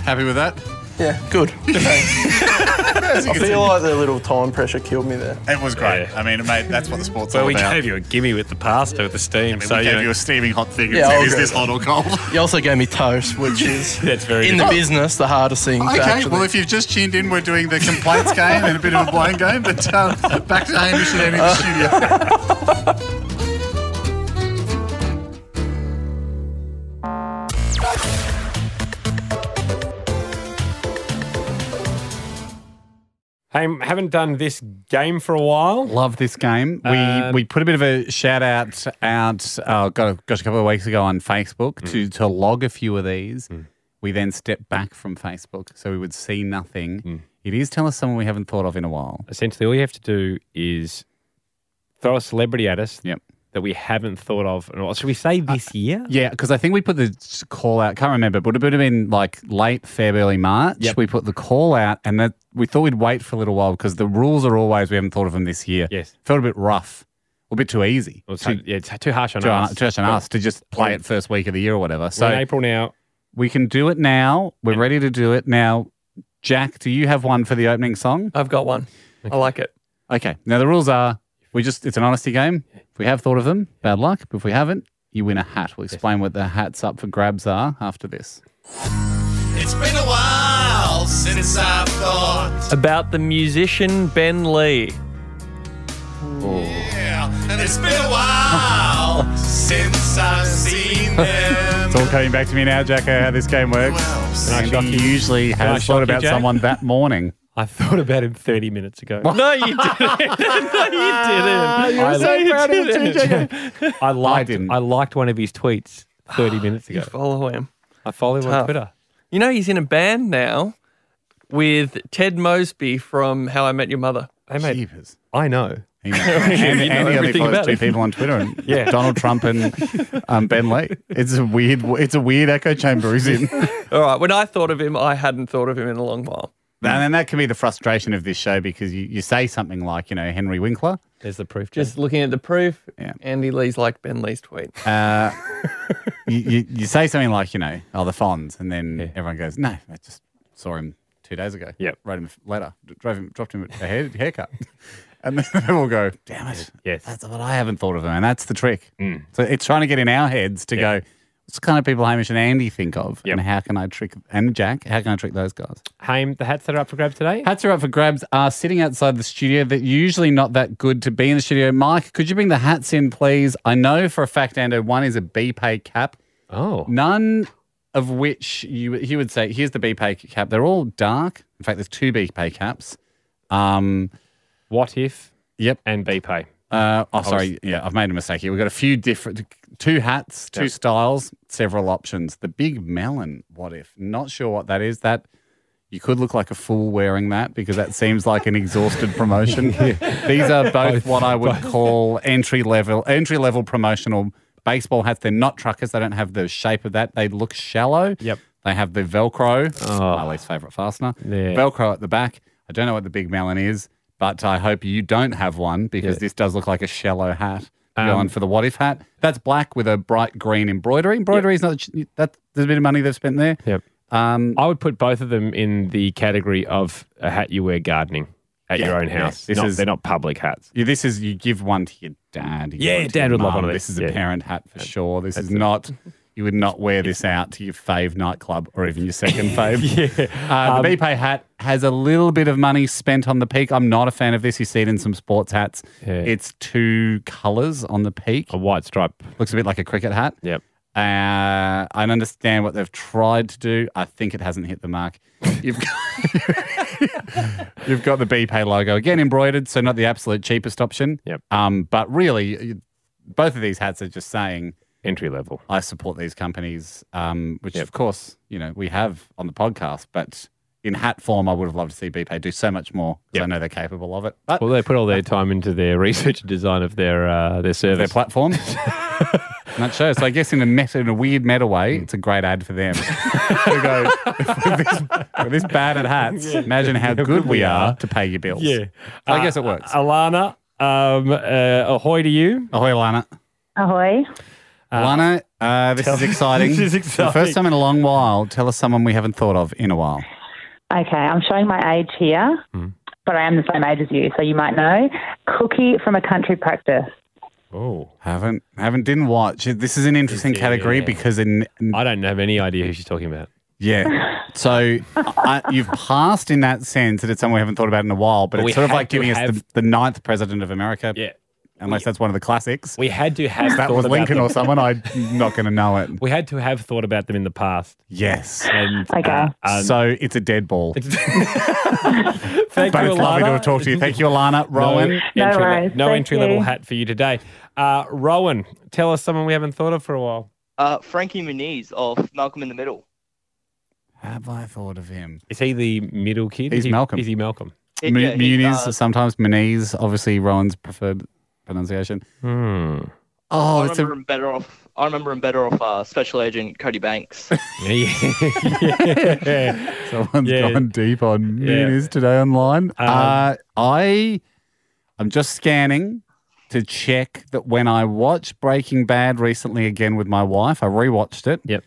Speaker 1: Happy with that?
Speaker 7: Yeah, good.
Speaker 1: (laughs) As you
Speaker 7: (laughs) I
Speaker 1: can see,
Speaker 7: feel like the little time pressure killed me there.
Speaker 1: it was great.
Speaker 6: Yeah.
Speaker 1: I mean, mate, that's what the sport's
Speaker 6: Well,
Speaker 1: all
Speaker 6: we
Speaker 1: about.
Speaker 6: gave you a gimme with the pasta, with the steam.
Speaker 1: we
Speaker 6: so
Speaker 1: gave
Speaker 6: you
Speaker 1: you
Speaker 6: know,
Speaker 1: a steaming hot thing.
Speaker 7: Yeah,
Speaker 1: and said,
Speaker 7: I'll
Speaker 1: is
Speaker 7: go
Speaker 1: this
Speaker 7: with
Speaker 1: hot or cold?
Speaker 7: You also gave me toast, which is
Speaker 6: (laughs) That's very
Speaker 7: in
Speaker 6: good.
Speaker 7: the business the hardest thing. to
Speaker 1: (laughs) Okay,
Speaker 7: actually-
Speaker 1: well, if you've just tuned in, we're doing the complaints game and a bit of a blind game, but um, back to Hamish and Andy in the studio.
Speaker 2: Hey, haven't done this game for a while. Um,
Speaker 1: Love this game. We we put a bit of a shout out out, uh, got a, gosh, a couple of weeks ago on Facebook to,
Speaker 2: Mm.
Speaker 1: to log a few of these. We then stepped back from Facebook so we would see nothing. It is tell us someone we haven't thought of in a while.
Speaker 2: Mm. Essentially, all you have to do is throw a celebrity at us
Speaker 1: Yep. Uh,
Speaker 2: that we haven't thought of. And should we say this year?
Speaker 1: Yeah, because I think we put the s- call out. Can't remember, but it would have been like late Feb, early March.
Speaker 2: Yep.
Speaker 1: We put the call out, and that we thought we'd wait for a little while because the rules are always we haven't thought of them this year.
Speaker 2: Yes.
Speaker 1: felt a bit rough, a bit too easy.
Speaker 2: Or it's,
Speaker 1: too,
Speaker 2: yeah, it's too harsh on
Speaker 1: too
Speaker 2: us.
Speaker 1: hard- too much on us to just play it first week of the year or whatever.
Speaker 2: So
Speaker 1: So
Speaker 2: in April now.
Speaker 1: we can do it now. We're ready to do it now. Jack, do you have one for the opening song?
Speaker 8: I've got one. I like it.
Speaker 1: Okay. Now the rules are we just it's an honesty game. If we have thought of them, bad luck. But if we haven't, you win a hat. We'll explain what the hats up for grabs are after this.
Speaker 9: It's been a while since I've thought.
Speaker 8: About the musician Ben
Speaker 6: (laughs)
Speaker 8: Lee.
Speaker 9: Yeah, and it's been a while since I've
Speaker 1: (laughs)
Speaker 9: seen them.
Speaker 1: It's all coming back to me now, Jacko, how this game works. And
Speaker 2: shock
Speaker 1: he
Speaker 2: you?
Speaker 1: usually
Speaker 2: I
Speaker 1: has
Speaker 2: shock
Speaker 1: thought
Speaker 2: you,
Speaker 1: about
Speaker 2: Jack?
Speaker 1: someone that morning.
Speaker 2: (laughs) I thought about him 30 minutes ago.
Speaker 8: No, you didn't. no, you didn't.
Speaker 2: I,
Speaker 1: so proud of your team,
Speaker 9: (laughs)
Speaker 2: I liked, I,
Speaker 1: didn't.
Speaker 2: liked one of his tweets 30 minutes
Speaker 1: (sighs)
Speaker 2: ago.
Speaker 8: Follow him.
Speaker 2: I follow him on
Speaker 8: Tough.
Speaker 2: Twitter.
Speaker 8: You know, he's in a band now with Ted Mosby from How I Met Your Mother.
Speaker 2: They made,
Speaker 1: Jeepers.
Speaker 2: I know.
Speaker 1: He knows. and
Speaker 8: (laughs) You know
Speaker 1: and he only
Speaker 8: everything
Speaker 1: follows
Speaker 8: about
Speaker 1: two
Speaker 8: him.
Speaker 1: people on Twitter,
Speaker 8: (laughs)
Speaker 1: and
Speaker 2: Yeah.
Speaker 1: Donald Trump and um, Ben Lee. It's a weird, it's a weird echo chamber he's in. (laughs) and
Speaker 8: All right. When I thought of him, I hadn't thought of him in a long while.
Speaker 1: then that can be the frustration of this show because you, you say something like, you know, Henry Winkler,
Speaker 2: There's the proof.
Speaker 8: Just looking at the proof,
Speaker 1: Yeah.
Speaker 8: Andy Lee's like Ben Lee's tweet.
Speaker 1: uh, you, you, you say something like, you know, oh, the Fonz, and then everyone goes, no, I just saw him two days ago.
Speaker 2: Yep.
Speaker 1: Wrote him a letter, d- drove him, dropped him a hair, haircut. (laughs) And then they will go, damn it.
Speaker 2: Yes. Mm.
Speaker 1: That's what I haven't thought of him. And that's the trick. So it's trying to get in our heads to go, what's the kind of people Hamish and Andy think of?
Speaker 2: Yep.
Speaker 1: And how can I trick, and Jack, how can I trick those guys?
Speaker 2: Haim, the hats that are up for grabs today.
Speaker 1: Hats are up for grabs are sitting outside the studio. They're usually not that good to be in the studio. Mike, could you bring the hats in, please? I know for a fact, Ando, one is a B pay cap,
Speaker 2: Oh.
Speaker 1: none of which you he would say, here's the B pay cap. They're all dark. In fact, there's two B pay caps. Um,
Speaker 2: What if
Speaker 1: yep.
Speaker 2: and BPay.
Speaker 1: Uh, oh, sorry. Yeah, I've made a mistake here. We've got a few different, two hats, two styles, several options. The big melon, what if? Not sure what that is. That you could look like a fool wearing that because that seems like an exhausted promotion. These are both, what I would call entry level, entry level promotional baseball hats. They're not truckers. They don't have the shape of that. They look shallow.
Speaker 2: Yep.
Speaker 1: They have the Velcro, my least favorite fastener.
Speaker 2: Yeah.
Speaker 1: Velcro at the back. I don't know what the big melon is, but I hope you don't have one because this does look like a shallow hat. Going for the what if hat. That's black with a bright green embroidery. Embroidery is not that. There's a bit of money they've spent there.
Speaker 2: Yep.
Speaker 1: Um,
Speaker 2: I would put both of them in the category of a hat you wear gardening at your own house.
Speaker 1: This
Speaker 2: Not-
Speaker 1: is-
Speaker 2: they're not public hats.
Speaker 1: yeah, this is you give one to your dad. you give
Speaker 2: Yeah,
Speaker 1: one to
Speaker 2: dad
Speaker 1: your
Speaker 2: would love
Speaker 1: mum.
Speaker 2: one of
Speaker 1: This
Speaker 2: these.
Speaker 1: is a
Speaker 2: Yeah.
Speaker 1: parent hat for sure. This is not. You would not wear this out to your fave nightclub or even your
Speaker 2: (laughs)
Speaker 1: second fave. Uh,
Speaker 2: Um,
Speaker 1: the BPay hat has a little bit of money spent on the peak. I'm not a fan of this. You see it in some sports hats.
Speaker 2: Yeah.
Speaker 1: It's two colours on the peak.
Speaker 2: A white stripe.
Speaker 1: Looks a bit like a cricket hat.
Speaker 2: Yep.
Speaker 1: Uh, I understand what they've tried to do. I think it hasn't hit the mark. You've got, (laughs) You've got the BPay logo again embroidered, so not the absolute cheapest option.
Speaker 2: Yep.
Speaker 1: Um, but really, you- both of these hats are just saying
Speaker 2: Entry level.
Speaker 1: I support these companies, um, which
Speaker 2: Yep.
Speaker 1: of course you know we have on the podcast. But in hat form, I would have loved to see BPay do so much more because I know they're capable of it. But
Speaker 2: Well, they put all their time into their research and design of their uh, their service.
Speaker 1: their platform. (laughs) Not sure. So I guess in a meta, in a weird meta way, it's a great ad for them. (laughs) we go we're this, we're this bad at hats. Imagine how good we are to pay your bills.
Speaker 2: Yeah.
Speaker 1: So I
Speaker 2: Uh,
Speaker 1: guess it works.
Speaker 2: Alana, um, uh, ahoy to you.
Speaker 1: Ahoy, Lana.
Speaker 10: Ahoy.
Speaker 1: Lana, uh, this is exciting.
Speaker 2: (laughs) This is
Speaker 1: The
Speaker 2: exciting.
Speaker 1: first time in a long while. Tell us someone we haven't thought of in a while.
Speaker 10: Okay, I'm showing my age here, but I am the same age as you, so you might know. Cookie from a country practice.
Speaker 2: Oh,
Speaker 1: Haven't, haven't, didn't watch. This is an interesting
Speaker 2: Yeah.
Speaker 1: category because in
Speaker 2: I don't have any idea who she's talking about.
Speaker 1: yeah.
Speaker 2: (laughs)
Speaker 1: So I, you've passed in that sense that it's someone we haven't thought about in a while, but
Speaker 2: Well, we
Speaker 1: it's sort of
Speaker 2: had
Speaker 1: like
Speaker 2: to
Speaker 1: giving us
Speaker 2: have-
Speaker 1: the, the ninth president of America.
Speaker 2: Yeah,
Speaker 1: unless that's one of the classics.
Speaker 2: we had to
Speaker 1: (laughs)
Speaker 2: have
Speaker 1: that
Speaker 2: thought
Speaker 1: was
Speaker 2: about
Speaker 1: Lincoln
Speaker 2: them.
Speaker 1: or someone.
Speaker 2: (laughs)
Speaker 1: I'm not going to know it.
Speaker 2: We had to have thought about them in the past.
Speaker 1: Yes.
Speaker 2: And
Speaker 10: Okay.
Speaker 2: uh,
Speaker 1: so it's a dead ball.
Speaker 2: thank
Speaker 1: but
Speaker 2: you,
Speaker 1: it's lovely to have
Speaker 2: Alana.
Speaker 1: talked to you. Thank you, Alana,
Speaker 2: No
Speaker 1: Rowan.
Speaker 10: No
Speaker 2: entry,
Speaker 10: worries.
Speaker 2: no
Speaker 10: Thank
Speaker 2: entry level
Speaker 10: you.
Speaker 2: hat for you today. Uh, Rowan, tell us someone we haven't thought of for a while.
Speaker 11: Uh, Frankie Muniz of Malcolm in the Middle.
Speaker 1: Have I thought of him?
Speaker 2: Is he the middle kid?
Speaker 1: He's
Speaker 2: Is he,
Speaker 1: Malcolm.
Speaker 2: Is he Malcolm?
Speaker 11: It-
Speaker 1: Mu-
Speaker 11: yeah, he-
Speaker 1: Muniz,
Speaker 11: uh,
Speaker 1: sometimes Muniz. Obviously, Rowan's preferred pronunciation.
Speaker 2: Hmm.
Speaker 1: Oh,
Speaker 11: I
Speaker 1: it's a
Speaker 11: remember him better off. I remember him better off. Uh, Special Agent Cody Banks.
Speaker 2: yeah.
Speaker 1: Someone's
Speaker 2: Yeah.
Speaker 1: gone deep on
Speaker 2: Yeah.
Speaker 1: Muniz today online.
Speaker 2: Um,
Speaker 1: uh, I, I'm just scanning to check that when I watched Breaking Bad recently again with my wife, I rewatched it.
Speaker 2: Yep.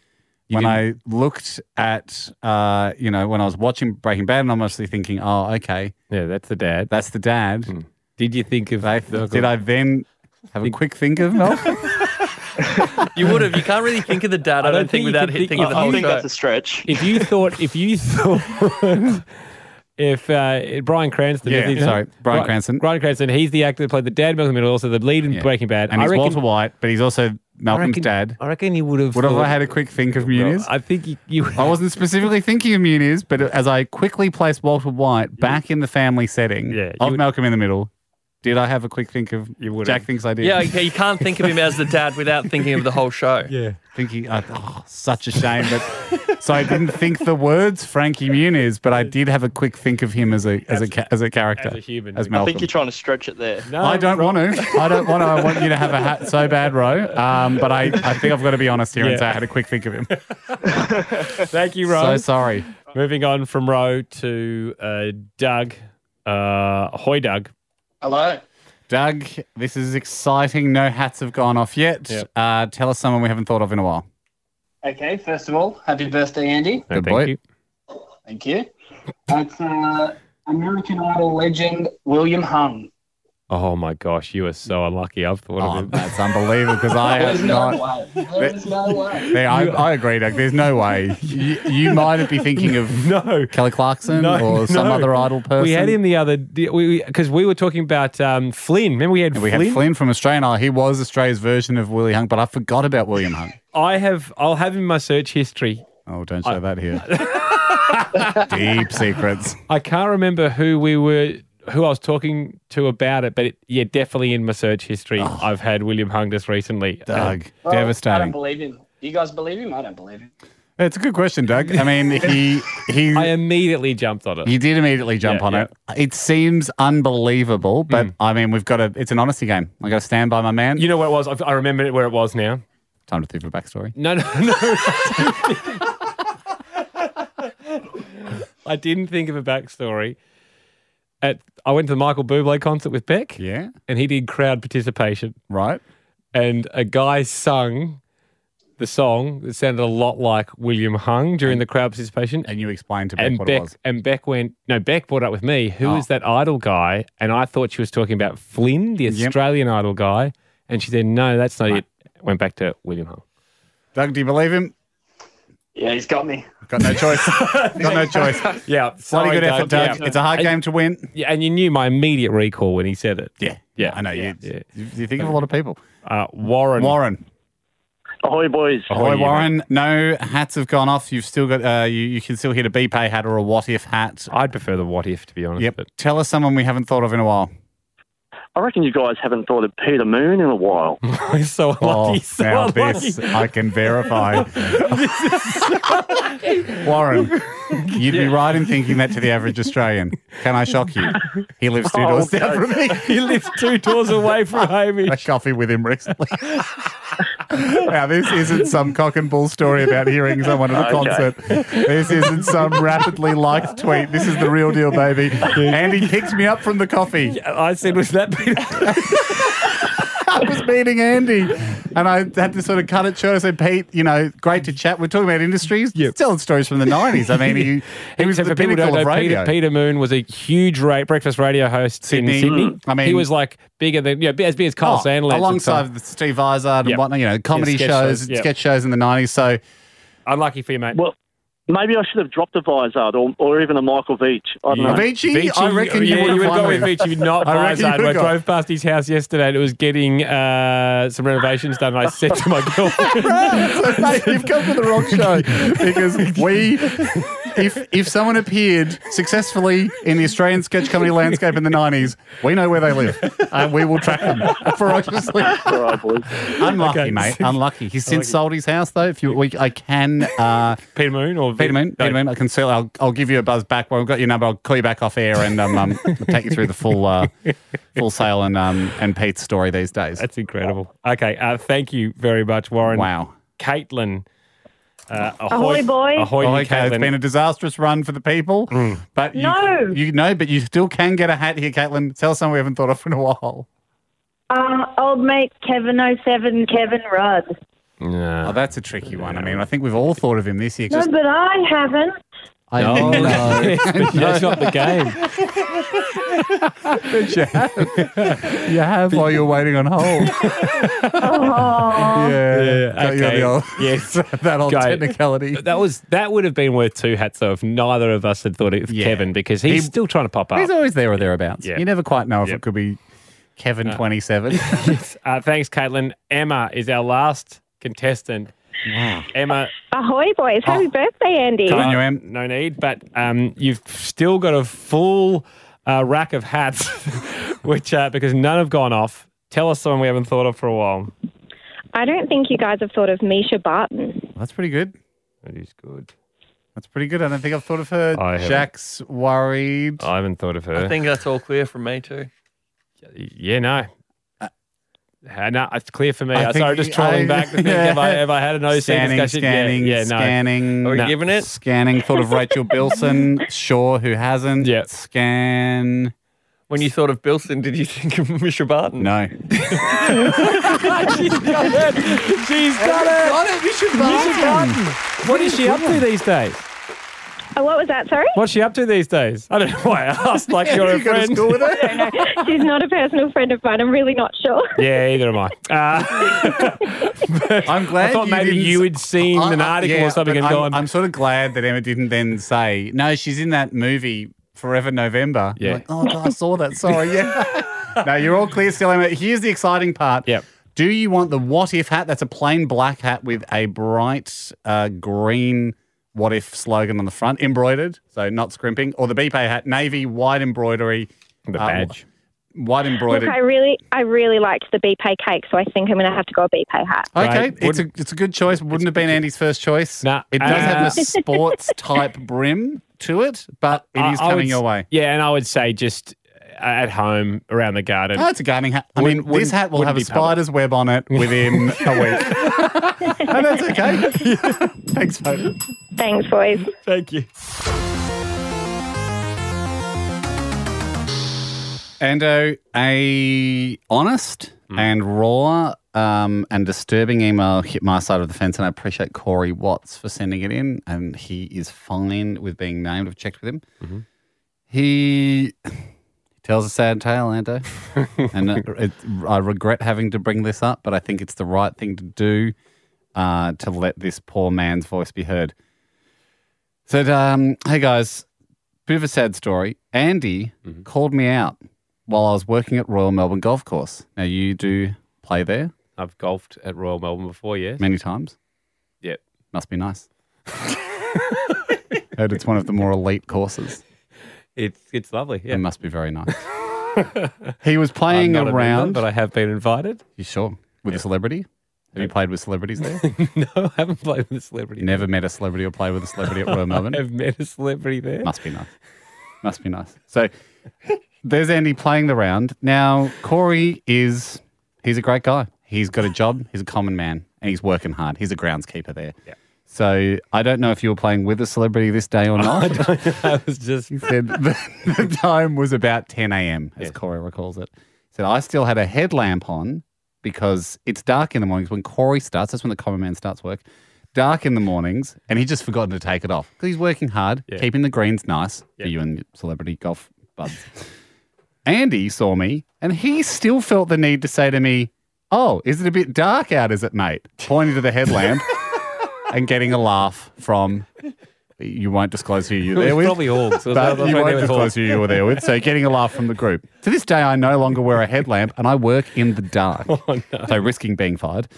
Speaker 2: You
Speaker 1: When I looked at, uh, you know, when I was watching Breaking Bad, and I'm mostly thinking, oh, okay,
Speaker 2: Yeah, that's the dad. Hmm.
Speaker 1: that's the dad.
Speaker 2: Did you think of
Speaker 1: They,
Speaker 2: Malcolm?
Speaker 1: did I then have a quick think of Malcolm?
Speaker 8: You would have. You can't really think of the dad. (laughs) I, don't think
Speaker 2: you
Speaker 8: without
Speaker 2: can
Speaker 8: hitting
Speaker 2: think
Speaker 8: the
Speaker 2: of
Speaker 11: I
Speaker 8: whole
Speaker 11: think
Speaker 8: show.
Speaker 11: that's a stretch.
Speaker 2: if you thought if you thought if uh, Brian Cranston
Speaker 1: Yeah,
Speaker 2: is he-
Speaker 1: sorry, Bryan
Speaker 2: Bri-
Speaker 1: Cranston.
Speaker 2: Brian Cranston he's the actor that played the dad in Malcolm in the Middle also the lead in
Speaker 1: Yeah.
Speaker 2: Breaking Bad
Speaker 1: And
Speaker 2: (laughs) I
Speaker 1: he's
Speaker 2: reckon,
Speaker 1: Walter White, but he's also
Speaker 2: I
Speaker 1: Malcolm's
Speaker 2: reckon-
Speaker 1: dad.
Speaker 2: I reckon he would have
Speaker 1: Would have
Speaker 2: thought-
Speaker 1: I had a quick think of
Speaker 2: Well,
Speaker 1: Muniz?
Speaker 2: I think you, you
Speaker 1: I wasn't specifically thinking of Muniz, but as I quickly placed Walter White back in the family setting
Speaker 2: Yeah, you
Speaker 1: of
Speaker 2: would-
Speaker 1: Malcolm in the Middle, did I have a quick think of
Speaker 2: You would
Speaker 1: Jack
Speaker 2: have.
Speaker 1: thinks I did.
Speaker 8: Yeah, okay, you can't think of him as the dad without thinking of the whole show. (laughs)
Speaker 2: yeah
Speaker 1: thinking I, oh, such a shame. But (laughs) so I didn't think the words Frankie Muniz, but I did have a quick think of him as a as a ca- as a character
Speaker 2: as a human.
Speaker 1: as
Speaker 11: I
Speaker 1: Malcolm.
Speaker 11: think you're trying to stretch it there.
Speaker 2: no,
Speaker 1: I don't want to. I don't want to. I want you to have a hat so bad, Ro. Um, but I, I think I've got to be honest here
Speaker 2: Yeah.
Speaker 1: and say I had a quick think of him.
Speaker 2: (laughs) thank you
Speaker 1: So
Speaker 2: Ron
Speaker 1: sorry.
Speaker 2: moving on from Ro to uh, Doug uh, ahoy Doug
Speaker 4: Hello.
Speaker 1: Doug, this is exciting. No hats have gone off yet.
Speaker 2: Yep.
Speaker 1: Uh, tell us someone we haven't thought of in a while.
Speaker 4: Okay, first of all, happy birthday, Andy.
Speaker 2: No,
Speaker 1: Good
Speaker 2: thank
Speaker 1: boy.
Speaker 2: you.
Speaker 4: Thank you. That's uh, American Idol legend William Hung.
Speaker 2: oh my gosh you are so unlucky I've thought
Speaker 1: Oh, (laughs)
Speaker 2: of him
Speaker 1: that's unbelievable because
Speaker 2: (laughs)
Speaker 1: I have not.
Speaker 4: way. There's no way.
Speaker 1: There, I, I agree, Doug. There's no way. You,
Speaker 2: (laughs)
Speaker 1: you might be thinking of
Speaker 2: no
Speaker 1: Kelly Clarkson
Speaker 2: No,
Speaker 1: or some
Speaker 2: no.
Speaker 1: other idol person.
Speaker 2: We had him the other because we, were talking about um, Flynn. Remember we had
Speaker 1: We
Speaker 2: Flynn.
Speaker 1: had Flynn from Australia. Oh, He was Australia's version of Willie Hung, but I forgot about William Hung.
Speaker 2: I have. I'll have him in my search history.
Speaker 1: Oh, don't show that
Speaker 2: (laughs)
Speaker 1: here. Deep secrets.
Speaker 2: I can't remember who we were, who I was talking to about it, but it, yeah, definitely in my search history, I've had William Hung just recently.
Speaker 1: Doug,
Speaker 4: Well, I
Speaker 1: (laughs)
Speaker 4: don't
Speaker 1: devastating.
Speaker 4: believe him. You guys believe him? I don't believe him.
Speaker 1: It's a good question, Doug. I mean, he he
Speaker 2: I immediately jumped on it.
Speaker 1: You did immediately jump
Speaker 2: Yeah, Hmm.
Speaker 1: on it. It seems unbelievable, but I mean, we've got to, it's an honesty game. i got to stand by my man.
Speaker 2: You know where it was. I've- I remember it where it was now.
Speaker 1: Time to think of a backstory.
Speaker 2: No, no, no. I didn't think of a backstory. At I went to the Michael Bublé concert with Beck,
Speaker 1: Yeah.
Speaker 2: and he did crowd participation.
Speaker 1: Right.
Speaker 2: and a guy sung the song that sounded a lot like William Hung during the crowd participation.
Speaker 1: And you explained to Beck
Speaker 2: And
Speaker 1: what it
Speaker 2: Beck
Speaker 1: was.
Speaker 2: and Beck went no. Beck brought it up with me. Who is
Speaker 1: Oh.
Speaker 2: that idol guy? And I thought she was talking about Flynn, the
Speaker 1: Yep.
Speaker 2: Australian idol guy. And she said, "No, that's not
Speaker 1: Right.
Speaker 2: it." Went back to William Hung.
Speaker 1: Doug, do you believe him?
Speaker 4: Yeah, he's got me.
Speaker 1: Got no
Speaker 2: (laughs)
Speaker 1: choice. got no choice.
Speaker 2: Yeah,
Speaker 1: Bloody good effort, Doug. It's a hard game to win.
Speaker 2: Yeah, and you knew my immediate recall when he said it.
Speaker 1: Yeah.
Speaker 2: yeah,
Speaker 1: I know.
Speaker 2: Yeah.
Speaker 1: You, you think of a lot of people.
Speaker 2: Uh, Warren.
Speaker 1: Warren.
Speaker 12: Ahoy, boys.
Speaker 1: Ahoy, Warren. No hats have gone off. You've still got. Uh, you, you can still hit a BPay hat or a What If hat.
Speaker 2: I'd prefer the What If to be honest.
Speaker 1: Yep.
Speaker 2: (laughs)
Speaker 1: Tell us someone we haven't thought of in a while.
Speaker 12: I reckon you guys haven't thought of Peter Moon in a while.
Speaker 2: He's so lucky.
Speaker 1: oh, now this I can
Speaker 2: (laughs)
Speaker 1: verify. Warren, you'd be right in thinking that to the average Australian. Can I shock you? He lives two
Speaker 2: Oh,
Speaker 1: doors
Speaker 2: okay.
Speaker 1: down from me.
Speaker 2: (laughs) He lives two doors away
Speaker 1: (laughs)
Speaker 2: from
Speaker 1: A
Speaker 2: Hamish.
Speaker 1: coffee with him recently. (laughs) now, this isn't some cock and bull story about hearing someone at a
Speaker 9: Okay.
Speaker 1: concert. This isn't some rapidly liked tweet. This is the real deal,
Speaker 2: (laughs)
Speaker 1: baby. Andy picked me up from the coffee.
Speaker 2: I said, was that
Speaker 1: (laughs) I was meeting Andy, and I had to sort of cut it short. I said, Pete, you know, great to chat. We're talking about industries, telling stories from the nineties. I mean, he, he was
Speaker 2: (laughs) Except
Speaker 1: the
Speaker 2: for people who
Speaker 1: pinnacle
Speaker 2: don't
Speaker 1: of
Speaker 2: know, Peter,
Speaker 1: radio.
Speaker 2: Peter Moon was a huge ra- breakfast radio host
Speaker 1: Sydney.
Speaker 2: in Sydney.
Speaker 1: Mm. I mean-
Speaker 2: he was like bigger than yeah, as big as Carl
Speaker 1: Oh,
Speaker 2: Sandler,
Speaker 1: alongside the Steve Izard and
Speaker 2: Yep.
Speaker 1: whatnot, you know, comedy
Speaker 2: Yeah, sketch
Speaker 1: shows,
Speaker 2: shows, yeah.
Speaker 1: sketch shows in the nineties. So
Speaker 2: Unlucky for you, mate.
Speaker 12: Well, maybe I should have dropped a Vizard or, or even a Michael Veach. I don't know.
Speaker 1: Vici, I reckon
Speaker 2: yeah,
Speaker 1: you would have
Speaker 2: you would have gone
Speaker 1: won
Speaker 2: with
Speaker 1: with-
Speaker 2: Vici,
Speaker 1: (laughs)
Speaker 2: not
Speaker 1: I reckon you
Speaker 2: Farzad.
Speaker 1: would
Speaker 2: I
Speaker 1: have gone.
Speaker 2: drove past his house yesterday and it was getting uh, some renovations done. And I said to my
Speaker 1: (laughs)
Speaker 2: girlfriend,
Speaker 1: Mate, you've come to the wrong show because we, if if someone appeared successfully in the Australian sketch comedy landscape in the nineties, we know where they live and we will track them (laughs) ferociously. Unlucky,
Speaker 2: Okay.
Speaker 1: mate. Unlucky. He's since sold his house though. If you, we, I can. Uh,
Speaker 2: Peter Moon or
Speaker 1: Peter Moon. Peter Moon. I can sell. I'll, I'll give you a buzz back. Well, I've got your number. I'll call you back off air and um, um take you through the full uh, full sale and um and Pete's story these days.
Speaker 2: That's incredible. Okay, uh, thank you very much, Warren.
Speaker 1: Wow.
Speaker 2: Caitlin. Uh,
Speaker 1: Ahoy,
Speaker 13: boy.
Speaker 2: Ahoy,
Speaker 1: Oh,
Speaker 2: you,
Speaker 1: okay, it's
Speaker 2: Caitlin. Mm.
Speaker 1: been a disastrous run for the people, but you,
Speaker 13: No.
Speaker 1: you know, but you still can get a hat here, Caitlin. Tell us something we haven't thought of in a while.
Speaker 13: Uh, old mate Kevin 07, Kevin Rudd.
Speaker 2: Ah.
Speaker 1: Oh, that's a tricky one. I mean, I think we've all thought of him this year.
Speaker 13: No,
Speaker 1: Just,
Speaker 13: but I haven't.
Speaker 1: I
Speaker 2: No,
Speaker 1: know.
Speaker 2: no. That's not the
Speaker 1: (laughs)
Speaker 2: game.
Speaker 1: you have, you have while you're waiting
Speaker 13: (laughs)
Speaker 1: on hold. yeah, Got you on the old- (laughs)
Speaker 2: yes,
Speaker 1: that old
Speaker 2: Great.
Speaker 1: technicality.
Speaker 2: That was that would have been worth two hats though if neither of us had thought of Kevin because he's
Speaker 1: He-
Speaker 2: still trying to pop up.
Speaker 1: He's always there or thereabouts.
Speaker 2: Yeah. Ah.
Speaker 1: You never quite know if it could be Kevin twenty
Speaker 2: (laughs)
Speaker 1: seven.
Speaker 2: Uh, thanks, Caitlin. Emma is our last contestant. Wow. Emma,
Speaker 13: Ahoy, boys. Happy birthday, Andy.
Speaker 2: uh, no need, but um, you've still got a full uh, rack of hats, (laughs) which uh, because none have gone off. Tell us someone we haven't thought of for a while.
Speaker 13: I don't think you guys have thought of Misha Barton.
Speaker 1: That's pretty good.
Speaker 2: That is good.
Speaker 1: That's pretty good. I don't think I've thought of her.
Speaker 2: I haven't.
Speaker 1: Jack's worried.
Speaker 2: I haven't thought of her.
Speaker 8: I think that's all clear from me too.
Speaker 2: Yeah, no. Uh, no, it's clear for me.
Speaker 1: I
Speaker 2: I
Speaker 1: think-
Speaker 2: Sorry, just trolling
Speaker 1: I-
Speaker 2: back. To think, have, I, have I had an OC
Speaker 1: scanning,
Speaker 2: Oh, discussion? Yeah,
Speaker 1: Scanning,
Speaker 2: yeah, no.
Speaker 1: scanning.
Speaker 8: Are we giving it?
Speaker 1: Scanning. Thought of
Speaker 2: (laughs)
Speaker 1: Rachel Bilson. Sure, who hasn't? Yeah. Scan.
Speaker 8: When you thought of Bilson, did you think of (laughs) Misha Barton?
Speaker 1: No.
Speaker 2: She's got it. She's got it.
Speaker 1: Got it. Misha
Speaker 2: Misha Barton. What is she up to these days?
Speaker 13: Oh, what was that? Sorry?
Speaker 2: What's she up to these days? I don't know
Speaker 1: (laughs)
Speaker 2: why I asked. Like you're a
Speaker 13: You go to
Speaker 2: friend.
Speaker 13: school with I don't know. She's not a personal friend of mine. I'm really not sure.
Speaker 2: yeah, either
Speaker 1: (laughs)
Speaker 2: am I. Uh,
Speaker 1: I'm glad.
Speaker 2: I thought
Speaker 1: you
Speaker 2: maybe
Speaker 1: didn't-
Speaker 2: you had seen
Speaker 1: I-
Speaker 2: an
Speaker 1: I-
Speaker 2: article
Speaker 1: yeah,
Speaker 2: or something
Speaker 1: but
Speaker 2: and
Speaker 1: I'm,
Speaker 2: gone.
Speaker 1: I'm sort of glad that Emma didn't then say, no, she's in that movie Forever November.
Speaker 2: Yeah.
Speaker 1: Like, oh, God, I saw that.
Speaker 2: (laughs)
Speaker 1: Sorry. (laughs) Yeah. no, you're all clear still, Emma. Here's the exciting part.
Speaker 2: Yep.
Speaker 1: Do you want the what if hat? That's a plain black hat with a bright uh, green what if slogan on the front, embroidered, so not scrimping, or the BPay hat, navy, white embroidery. The
Speaker 2: badge.
Speaker 1: white
Speaker 13: Look,
Speaker 1: embroidered.
Speaker 13: I really, I really liked the BPay cake, so I think I'm going to have to go a BPay hat.
Speaker 1: Okay,
Speaker 2: Right.
Speaker 1: it's a it's a good choice. Wouldn't have been Andy's first choice.
Speaker 2: Nah,
Speaker 1: it does
Speaker 2: uh,
Speaker 1: have a
Speaker 2: (laughs)
Speaker 1: sports type brim to it, but it
Speaker 2: I-
Speaker 1: is
Speaker 2: I would
Speaker 1: coming
Speaker 2: s-
Speaker 1: your way.
Speaker 2: Yeah, and I would say just uh, at home around the garden.
Speaker 1: Oh, it's a gardening hat. I
Speaker 2: Wouldn't-
Speaker 1: mean, this
Speaker 2: wouldn't-
Speaker 1: hat will
Speaker 2: wouldn't
Speaker 1: have a
Speaker 2: be public.
Speaker 1: spider's web on it within a week,
Speaker 2: (laughs)
Speaker 1: and that's okay. Thanks, mate.
Speaker 13: Thanks, boys.
Speaker 2: Thank you.
Speaker 1: Ando, a honest and raw um, and disturbing email hit my side of the fence, and I appreciate Corey Watts for sending it in, and he is fine with being named. I've checked with him. He (sighs) tells a sad tale, Ando, and uh, it, I regret having to bring this up, but I think it's the right thing to do uh, to let this poor man's voice be heard. Said, um, hey guys, bit of a sad story. Andy called me out while I was working at Royal Melbourne Golf Course. Now, you do play there.
Speaker 2: I've golfed at Royal Melbourne before, yes.
Speaker 1: Many times.
Speaker 2: Yep.
Speaker 1: Must be
Speaker 2: (laughs)
Speaker 1: nice. Heard it's one of the more elite courses.
Speaker 2: It's it's lovely. Yeah.
Speaker 1: It must be very
Speaker 2: (laughs)
Speaker 1: nice. he was playing
Speaker 2: I'm not a member,
Speaker 1: around.
Speaker 2: but I have been invited. (laughs)
Speaker 1: You sure? With a celebrity? Have you played with celebrities there?
Speaker 2: no, I haven't played with a celebrity.
Speaker 1: Never met a celebrity or played with a celebrity at
Speaker 2: (laughs)
Speaker 1: Royal Melbourne?
Speaker 2: I've met a celebrity there.
Speaker 1: Must be nice. Must be nice. So there's Andy playing the round. Now, Corey is, he's a great guy. He's got a job, he's a common man, and he's working hard. He's a groundskeeper there. Yeah. So I don't know if you were playing with a celebrity this day or not.
Speaker 2: (laughs) I was just
Speaker 1: He said (laughs) the, the time was about 10 a.m., as Corey recalls it. He said, I still had a headlamp on because it's dark in the mornings when Corey starts. That's when the common man starts work. Dark in the mornings, and he just forgotten to take it off because he's working hard, keeping the greens nice for you and your celebrity golf buds. Andy saw me, and he still felt the need to say to me, Oh, is it a bit dark out, is it, mate? Pointing to the
Speaker 2: (laughs)
Speaker 1: headlamp and getting a laugh from you won't disclose who you
Speaker 2: It
Speaker 1: were there
Speaker 2: was
Speaker 1: with.
Speaker 2: probably Hawks. It was- I
Speaker 1: But
Speaker 2: was afraid
Speaker 1: you
Speaker 2: it
Speaker 1: won't
Speaker 2: was
Speaker 1: disclose
Speaker 2: Hawks.
Speaker 1: who you were there with. So getting a laugh from the group. To this day, I no longer wear a headlamp and I work in the
Speaker 2: (laughs)
Speaker 1: dark.
Speaker 2: Oh,
Speaker 1: So risking being fired.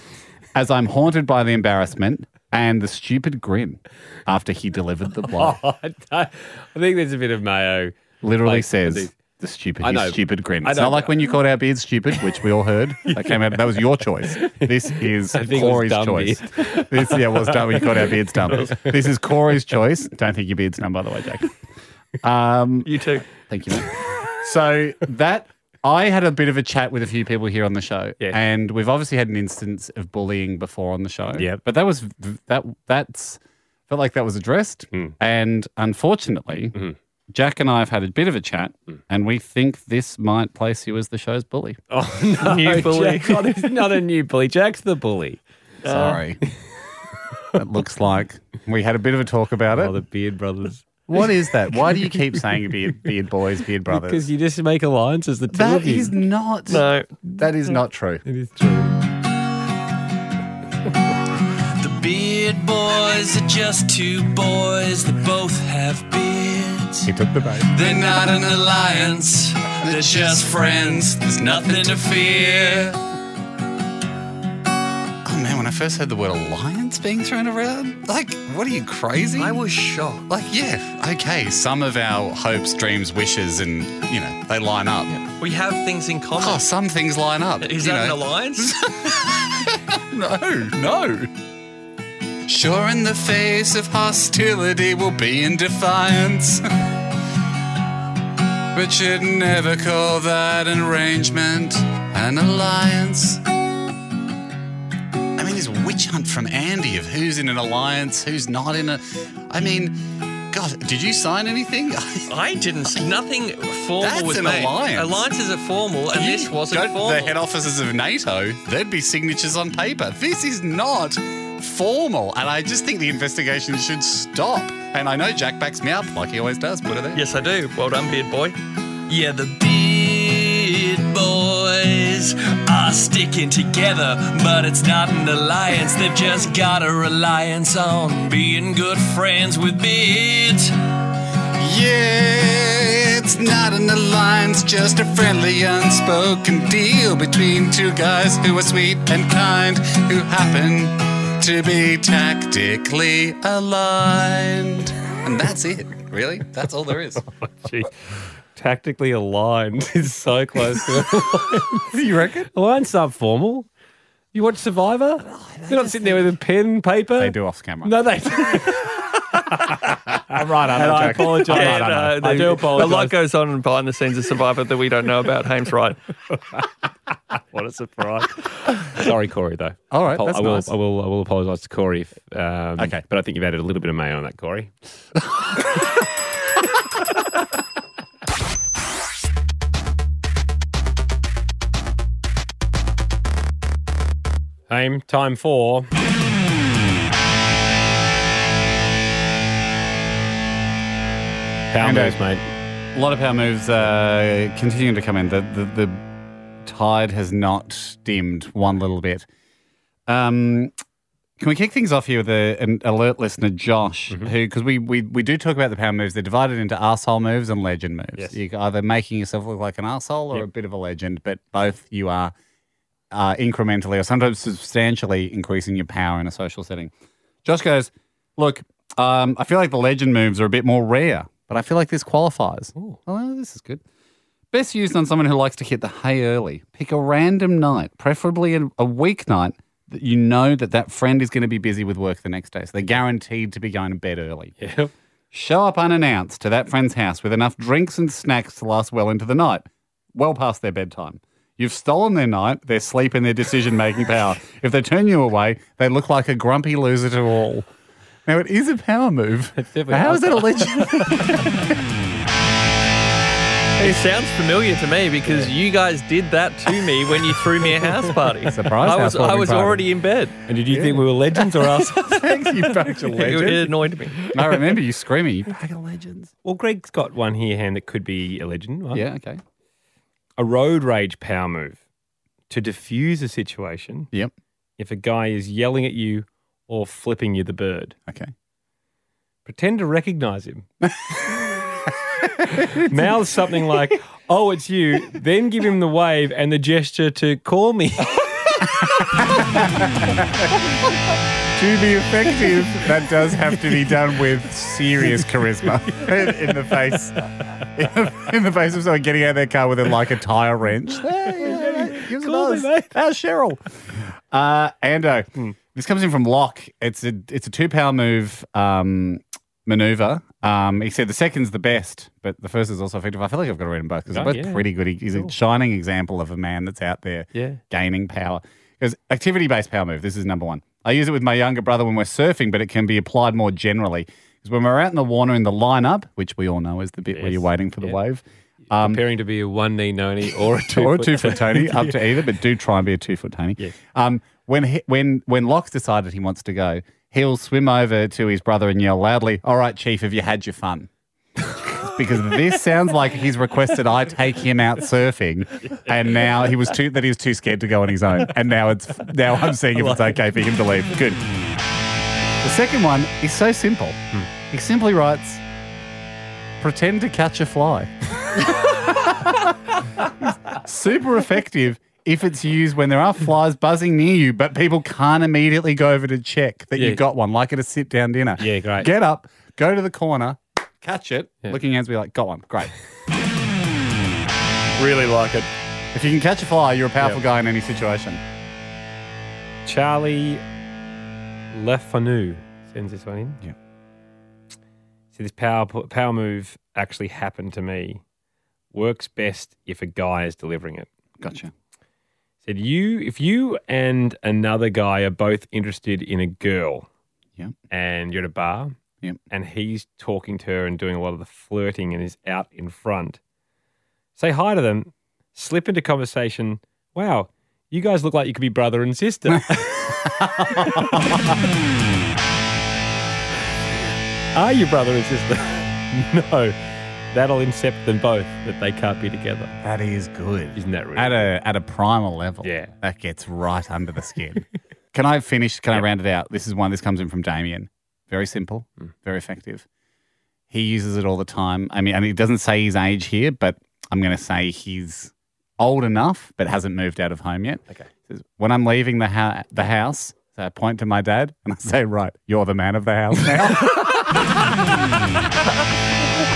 Speaker 1: As I'm haunted by the embarrassment and the stupid grin after he delivered
Speaker 2: (laughs)
Speaker 1: the blow.
Speaker 2: Oh, (laughs) I, don't- I think there's a bit of mayo.
Speaker 1: Literally
Speaker 2: Like,
Speaker 1: says
Speaker 2: these-
Speaker 1: the stupid,
Speaker 2: I
Speaker 1: his
Speaker 2: know.
Speaker 1: stupid grin.
Speaker 2: I
Speaker 1: It's not
Speaker 2: don't-
Speaker 1: like when you called our beard stupid, which we all
Speaker 2: (laughs)
Speaker 1: heard. That came out. That was your choice. This is
Speaker 2: I think it was
Speaker 1: Corey's
Speaker 2: dumb
Speaker 1: choice. This yeah was dumb. You called our beards
Speaker 2: (laughs)
Speaker 1: dumb. This is Corey's choice. Don't think your beard's dumb, by the way, Jack. Um,
Speaker 8: you too.
Speaker 1: Thank (laughs) you, mate. So that I had a bit of a chat with a few people here on the show, and we've obviously had an instance of bullying before on the show.
Speaker 2: Yeah.
Speaker 1: but that was that that's felt like that was addressed, and unfortunately, Jack and I have had a bit of a chat, and we think this might place you as the show's bully.
Speaker 2: Oh no,
Speaker 1: New bully.
Speaker 2: Jack- oh, there's not a new bully. Jack's the bully.
Speaker 1: Sorry. (laughs) it looks like we had a bit of a talk about it.
Speaker 2: Oh, the Beard Brothers.
Speaker 1: What is that? Why do you (laughs) keep saying beard, beard boys, beard brothers?
Speaker 2: Because you just make alliances. The two
Speaker 1: That
Speaker 2: of you.
Speaker 1: is not.
Speaker 8: No.
Speaker 1: That is not true.
Speaker 2: It is true.
Speaker 9: The beard boys are just two boys that both have beards.
Speaker 1: He took the bait.
Speaker 9: They're not an alliance, they're just friends. There's nothing to fear.
Speaker 1: Oh man, when I first heard the word alliance being thrown around, like, what are you crazy? I was shocked. Like, yeah, okay, some of our hopes, dreams, wishes, and you know, they line up.
Speaker 6: We have things in common.
Speaker 1: Oh, some things line up.
Speaker 6: Is
Speaker 1: you
Speaker 6: that an
Speaker 1: know. (laughs)
Speaker 6: alliance?
Speaker 1: No, no. Sure, in the face of hostility, we'll be in defiance. but you'd never call that an arrangement an alliance. I mean, this witch hunt from Andy of who's in an alliance, who's not in a. I mean, God, did you sign anything? (laughs)
Speaker 6: I didn't. s- Nothing formal
Speaker 1: That's
Speaker 6: was
Speaker 1: an
Speaker 6: made.
Speaker 1: alliance.
Speaker 6: Alliances are formal, and
Speaker 1: You
Speaker 6: this wasn't
Speaker 1: go to
Speaker 6: formal.
Speaker 1: The head offices of NATO, there'd be signatures on paper. This is not formal, and I just think the investigation should stop. And I know Jack backs me up like he always does. Put it there.
Speaker 6: Yes, I do. Well done, beard boy.
Speaker 9: Yeah, the beard boys are sticking together, but it's not an alliance. They've just got a reliance on being good friends with beards.
Speaker 1: Yeah, it's not an alliance, just a friendly, unspoken deal between two guys who are sweet and kind, who happen to be tactically aligned. And that's it, really. That's all there is.
Speaker 2: Gee, tactically (laughs) aligned is so close (laughs) to alliance. you reckon? Alliance aren't formal. You watch Survivor? They're not sitting there with a pen, and paper. They
Speaker 1: do off camera.
Speaker 2: No, they. (laughs) I'm right.
Speaker 8: I
Speaker 2: and I apologize.
Speaker 8: Yeah, no,
Speaker 2: I do
Speaker 8: the-
Speaker 2: apologize.
Speaker 8: A lot goes on behind the scenes of Survivor that we don't know about. Hames right.
Speaker 2: what a surprise! (laughs) Sorry, Corey. Though.
Speaker 1: All right,
Speaker 2: Apo-
Speaker 1: that's
Speaker 2: I will.
Speaker 1: nice.
Speaker 2: I will. I will apologise to Corey. If, um,
Speaker 1: Okay.
Speaker 2: but I think you've added a little bit of mayo on that, Corey. (laughs) Aim time for power
Speaker 1: Ando.
Speaker 2: moves, mate.
Speaker 1: A lot of power moves uh, continuing to come in. The, the the tide has not dimmed one little bit. Um, can we kick things off here with a, an alert listener, Josh, who because we, we we do talk about the power moves. They're divided into arsehole moves and legend moves.
Speaker 2: Yes.
Speaker 1: You're either making yourself look like an arsehole or a bit of a legend, but both you are uh, incrementally or sometimes substantially increasing your power in a social setting. Josh goes, Look, um, I feel like the legend moves are a bit more rare, but I feel like this qualifies. Oh, this is good. Best used on someone who likes to hit the hay early. Pick a random night, preferably a, a weeknight that you know that that friend is going to be busy with work the next day. So they're guaranteed to be going to bed early.
Speaker 2: Yep.
Speaker 1: Show up unannounced to that friend's house with enough drinks and snacks to last well into the night, well past their bedtime. You've stolen their night, their sleep, and their decision making power. If they turn you away, they look like a grumpy loser to all. Now, it is a power move. How is that a legend? (laughs)
Speaker 8: It sounds familiar to me because you guys did that to me when you threw me a
Speaker 2: (laughs)
Speaker 8: house party.
Speaker 2: Surprise
Speaker 8: I was,
Speaker 2: house party
Speaker 8: I was
Speaker 2: party.
Speaker 8: already in bed.
Speaker 2: And did you think we were legends or
Speaker 8: (laughs)
Speaker 2: us?
Speaker 1: Thanks, you bunch of
Speaker 8: It, it annoyed me.
Speaker 1: I remember you screaming, you bag of legends.
Speaker 2: Well, Greg's got one here, hand that could be a legend, right?
Speaker 1: Yeah, okay.
Speaker 2: A road rage power move to diffuse a situation.
Speaker 1: Yep.
Speaker 2: If a guy is yelling at you or flipping you the bird.
Speaker 1: Okay.
Speaker 2: Pretend to recognize
Speaker 6: (laughs)
Speaker 2: him. Mouth something like, oh, it's you. Then give him the wave and the gesture to call
Speaker 6: (laughs)
Speaker 2: me.
Speaker 1: To be effective, that does have to be done with serious charisma in the face, in the face of someone getting out of their car with a, like a tire wrench. Give us a buzz. How's Cheryl? Uh, Ando, this comes in from Locke. It's a it's a two power move um, maneuver. Um, he said the second's the best, but the first is also effective. I feel like I've got to read them both because
Speaker 2: Oh,
Speaker 1: they're both
Speaker 2: yeah.
Speaker 1: pretty good. He- He's a shining example of a man that's out there
Speaker 2: Yeah.
Speaker 1: gaining power. Because activity based power move, this is number one. I use it with my younger brother when we're surfing, but it can be applied more generally. Because when we're out in the water in the lineup, which we all know is the bit where you're waiting for the (laughs) wave, um,
Speaker 6: Preparing to be a one knee noni or a two
Speaker 1: or a
Speaker 6: foot
Speaker 1: two foot Tony, up to either, but do try and be a two foot Tony. Um, when he, when when Locke's decided he wants to go, he'll swim over to his brother and yell loudly, "All right, Chief, have you had your fun?" because this sounds like he's requested I take him out surfing, and now he was too that he was too scared to go on his own, and now it's now I'm seeing if it's okay for him to leave. Good. The second one is so simple. He simply writes, "Pretend to catch a fly." (laughs) Super effective. If it's used when there are flies buzzing near you, but people can't immediately go over to check that
Speaker 2: Yeah.
Speaker 1: you've got one, like at a sit down dinner.
Speaker 2: Yeah, great.
Speaker 1: Get up, go to the corner, catch it, looking at us, be like, got one, great. really like it. If you can catch a fly, you're a powerful guy in any situation.
Speaker 2: Charlie Lefanu sends this one in.
Speaker 1: Yeah.
Speaker 2: So this power power move actually happened to me. Works best if a guy is delivering it.
Speaker 1: Gotcha.
Speaker 2: Said you if you and another guy are both interested in a girl.
Speaker 1: Yep.
Speaker 2: And you're at a bar.
Speaker 1: Yep.
Speaker 2: And he's talking to her and doing a lot of the flirting and is out in front. Say hi to them. Slip into conversation. Wow, you guys look like you could be brother
Speaker 1: (laughs)
Speaker 2: and sister. Are you brother and sister? (laughs) no. That'll incept them both that they can't be together.
Speaker 1: That is good.
Speaker 2: Isn't that really?
Speaker 1: At a at a primal level.
Speaker 2: Yeah.
Speaker 1: That gets right under the skin. (laughs) can I finish? Can I round it out? This is one this comes in from Damien. Very simple, very effective. He uses it all the time. I mean, and he doesn't say his age here, but I'm gonna say he's old enough but hasn't moved out of home yet. Okay. Says, when I'm leaving the ho- the house, so I point to my dad and I say, Right, you're the man of the house now.
Speaker 14: (laughs)